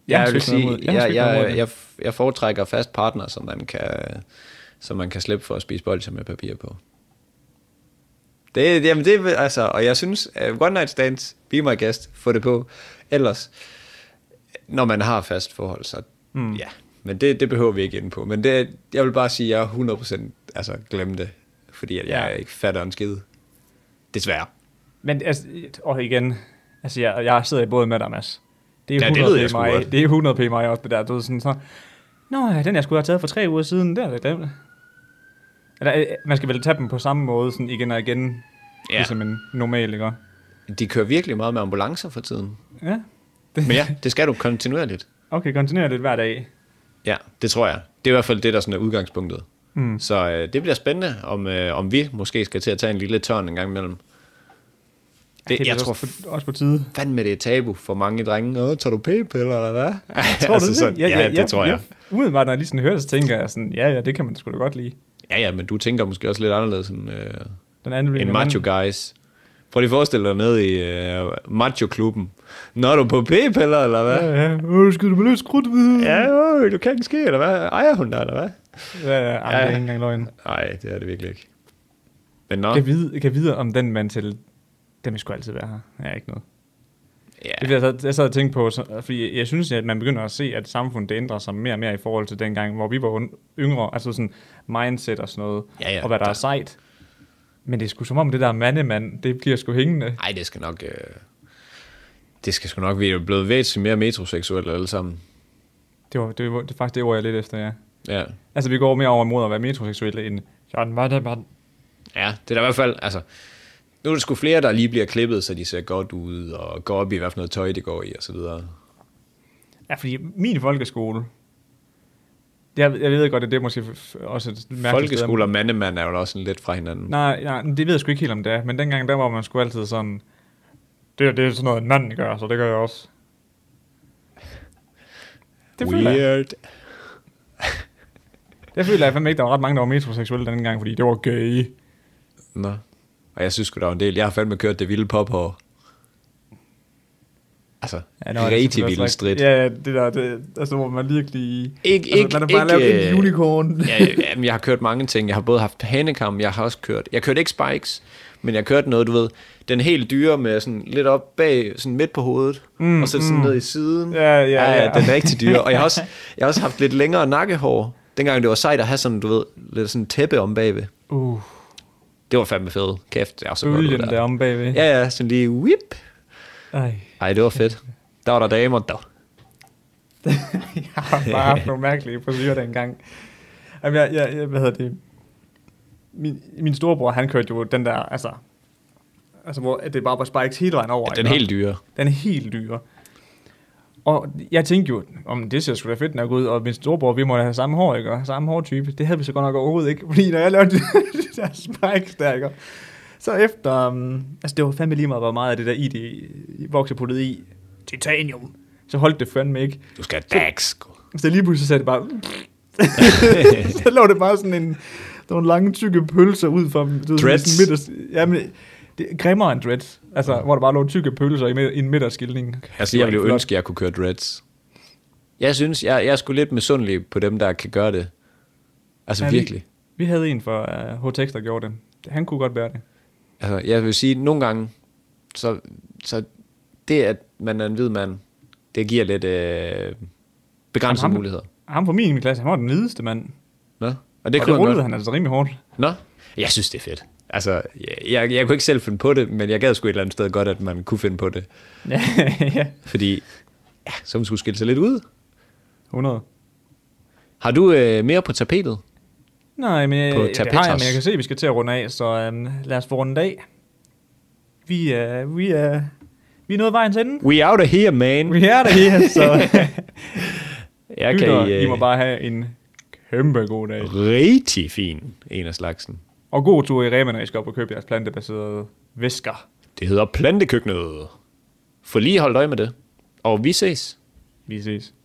S2: Jeg,
S1: har
S2: jeg vil
S1: sgu ikke noget
S2: sige,
S1: imod- har sgu
S2: jeg,
S1: ikke noget imod
S2: jeg,
S1: det.
S2: jeg, jeg foretrækker fast partner, som man kan, som man kan slippe for at spise bolcher med papir på. Det, jamen det, er- altså, og jeg synes, uh, one night stands, be my guest, få det på. Ellers, når man har fast forhold, så
S1: Hmm.
S2: mm. ja. Men det, det behøver vi ikke ind på. Men det, jeg vil bare sige, at jeg 100% altså, glemte det, fordi at jeg
S1: Ja.
S2: ikke fatter en skid. Desværre.
S1: Men altså, og igen, altså jeg, jeg sidder i både med dig, Mads. Det
S2: Ja,
S1: er
S2: det
S1: 100
S2: ved jeg
S1: p
S2: sgu
S1: mig.
S2: godt.
S1: Det er 100 p mig også, det der. Du ved, sådan, så, Nå, ja, den jeg skulle have taget for tre uger siden, der er det glemt. Eller, øh, man skal vel tage dem på samme måde, sådan igen og igen, ja.
S2: Ja.
S1: ligesom en normal, ikke?
S2: De kører virkelig meget med ambulancer for tiden.
S1: Ja,
S2: Men ja, det skal du kontinuerligt.
S1: okay, kontinuer lidt hver dag.
S2: Ja, det tror jeg. Det er i hvert fald det, der sådan er udgangspunktet. Mm. Så øh, det bliver spændende, om, øh, om vi måske skal til at tage en lille tørn en gang imellem. Det,
S1: er
S2: jeg
S1: vist
S2: tror
S1: også, på, også på tide.
S2: fandme, det er tabu for mange drenge. Åh, tager du p-piller, eller hvad? Altså,
S1: Tror du det?
S2: sådan, ja, ja, det tror jeg.
S1: Umiddelbart, når jeg lige sådan hører det, så tænker jeg sådan, ja, ja, det kan man sgu da godt lide.
S2: Ja, ja, men du tænker måske også lidt anderledes end, øh,
S1: Den anden
S2: end
S1: en
S2: macho guys. Prøv lige at forestille dig ned i øh, macho-klubben. Når du er på p-piller, eller hvad?
S1: Ja, ja. Åh, skal du med lidt skrudt ved? Ja,
S2: Ja, øh, du kan ikke ske, eller hvad? Ejer hun dig, eller hvad?
S1: ja, ja. Ej, det
S2: Ja,
S1: er
S2: ja.
S1: ikke engang løgn.
S2: Nej, det er det virkelig ikke. Men nå,
S1: Kan vide, kan vide om den mand til... Den vil sgu altid være her. Ja, ikke noget.
S2: ja.
S1: Det, jeg, sad, jeg sad og tænkte på, så, fordi jeg synes, at man begynder at se, at samfundet det ændrer sig mere og mere i forhold til dengang, hvor vi var un- yngre. Altså sådan mindset og sådan noget.
S2: Ja, ja,
S1: og hvad der, der
S2: der-
S1: er sejt. Men det er sgu som om, det der mandemand, det bliver sgu hængende.
S2: Ej, det skal nok... Øh, det skal sgu nok være blevet væsentligt mere metroseksuelle alle sammen.
S1: Det var, det var, det er faktisk det ord, jeg lidt efter, ja.
S2: Ja.
S1: Altså, vi går mere over mod at være metroseksuelle end... Sådan var det, mand.
S2: ja, det er der i hvert fald... Altså, nu er der sgu flere, der lige bliver klippet, så de ser godt ud, og går op i, hvad for noget tøj, det går i, og så videre.
S1: Ja, fordi min folkeskole... Jeg, jeg ved godt, at det er måske f- også et mærkeligt sted at-
S2: Folkeskole og mandemand er jo også sådan lidt fra hinanden.
S1: Nej, nej, men det ved jeg sgu ikke helt, om det er. Men dengang, der var man sgu altid sådan... Det, er- det er sådan noget, en mand gør, så det gør jeg også. Det føler jeg.
S2: Weird.
S1: Det føler jeg fandme ikke, der var ret mange, der var metroseksuelle dengang, fordi det var gay.
S2: Nå. Og jeg synes sgu, der var en del. Jeg har fandme kørt det vilde pophår. Altså, ja,
S1: der var
S2: rigtig
S1: selvfølgelig også ret-
S2: vildt stridt.
S1: Ja, ja, det der, det, altså hvor man virkelig...
S2: Ikke,
S1: altså,
S2: ikke,
S1: man har bare
S2: ikke,
S1: lavet en
S2: øh,
S1: unicorn.
S2: ja, ja, jamen, jeg har kørt mange ting. Jeg har både haft hanekam, jeg har også kørt... Jeg kørte ikke spikes, men jeg kørte noget, du ved, den helt dyre med sådan lidt op bag, sådan midt på hovedet, mm, og så sådan mm. ned i siden.
S1: Ja, ja,
S2: ja,
S1: ja.
S2: ja. den er rigtig dyre. Og jeg har, også, jeg har også haft lidt længere nakkehår. Dengang det var sejt at have sådan, du ved, lidt sådan tæppe om bagved.
S1: Uh,
S2: Det var fandme fedt. Kæft, det er så godt ud
S1: bølgen
S2: der.
S1: der om bagved.
S2: Ja, ja, sådan lige whip.
S1: Ej,
S2: Ej, det var fedt. Der var der damer, der.
S1: jeg har bare haft nogle mærkelige frisyrer dengang. Jamen, jeg, jeg, jeg, hvad hedder det? Min, min storebror, han kørte jo den der, altså... Altså, hvor det bare var spikes hele vejen over.
S2: Ja, den
S1: ikke?
S2: helt dyre.
S1: Den er helt dyre. Og jeg tænkte jo, om det ser sgu da fedt nok ud, og min storebror, vi måtte have samme hår, ikke? Og samme hårtype. Det havde vi så godt nok overhovedet ikke, fordi når jeg lavede de der spikes der, ikke? Så efter, um, altså det var fandme lige meget, hvor meget af det der i det voksede puttet i titanium, så holdt det fandme ikke.
S2: Du skal have dags. sgu.
S1: Så lige pludselig sagde det bare, så lå det bare sådan en, der var en lange tykke pølser ud fra, du ved,
S2: Dreads.
S1: sådan midterst, jamen, det er grimmere end dreads, altså, hvor der bare lå tykke pølser i, mid- i en midterskildning.
S2: Altså,
S1: Det
S2: jeg
S1: var
S2: ville jo
S1: flot.
S2: ønske, at jeg kunne køre dreads. Jeg synes, jeg, jeg er sgu lidt misundelig på dem, der kan gøre det. Altså
S1: Ja,
S2: ja,
S1: vi-
S2: virkelig.
S1: Vi havde en fra uh, HTX, der gjorde det. Han kunne godt bære det.
S2: Altså, jeg vil sige, nogle gange, så, så det, at man er en hvid mand, det giver lidt øh, begrænsede
S1: Jamen, ham-
S2: muligheder.
S1: Ham fra min klasse, han var den lideste mand. Det
S2: Nå? Og det
S1: og det
S2: kunne
S1: rullede
S2: han godt.
S1: han altså rimelig hårdt.
S2: Nå? Jeg synes, det er fedt. Altså, jeg, jeg, jeg kunne ikke selv finde på det, men jeg gad sgu et eller andet sted godt, at man kunne finde på det.
S1: ja, ja.
S2: Fordi, ja, så man skulle skille sig lidt ud.
S1: 100.
S2: Har du øh, mere på tapetet?
S1: Nej, men jeg,
S2: På
S1: det har jeg,
S2: tapetos.
S1: men jeg kan se, at vi skal til at runde af, så um, lad os få rundet af. Vi er, vi er, vi er nået vejens ende.
S2: We out of here, man.
S1: Vi er der her, så
S2: Jeg
S1: lytter,
S2: øh,
S1: I må bare have en kæmpe god dag.
S2: rigtig fin en af slagsen.
S1: Og god tur i Rema, når I skal op og købe jeres plantebaserede væsker.
S2: Det hedder Plantekøkkenet. For lige holdt øje med det. Og vi ses.
S1: Vi ses.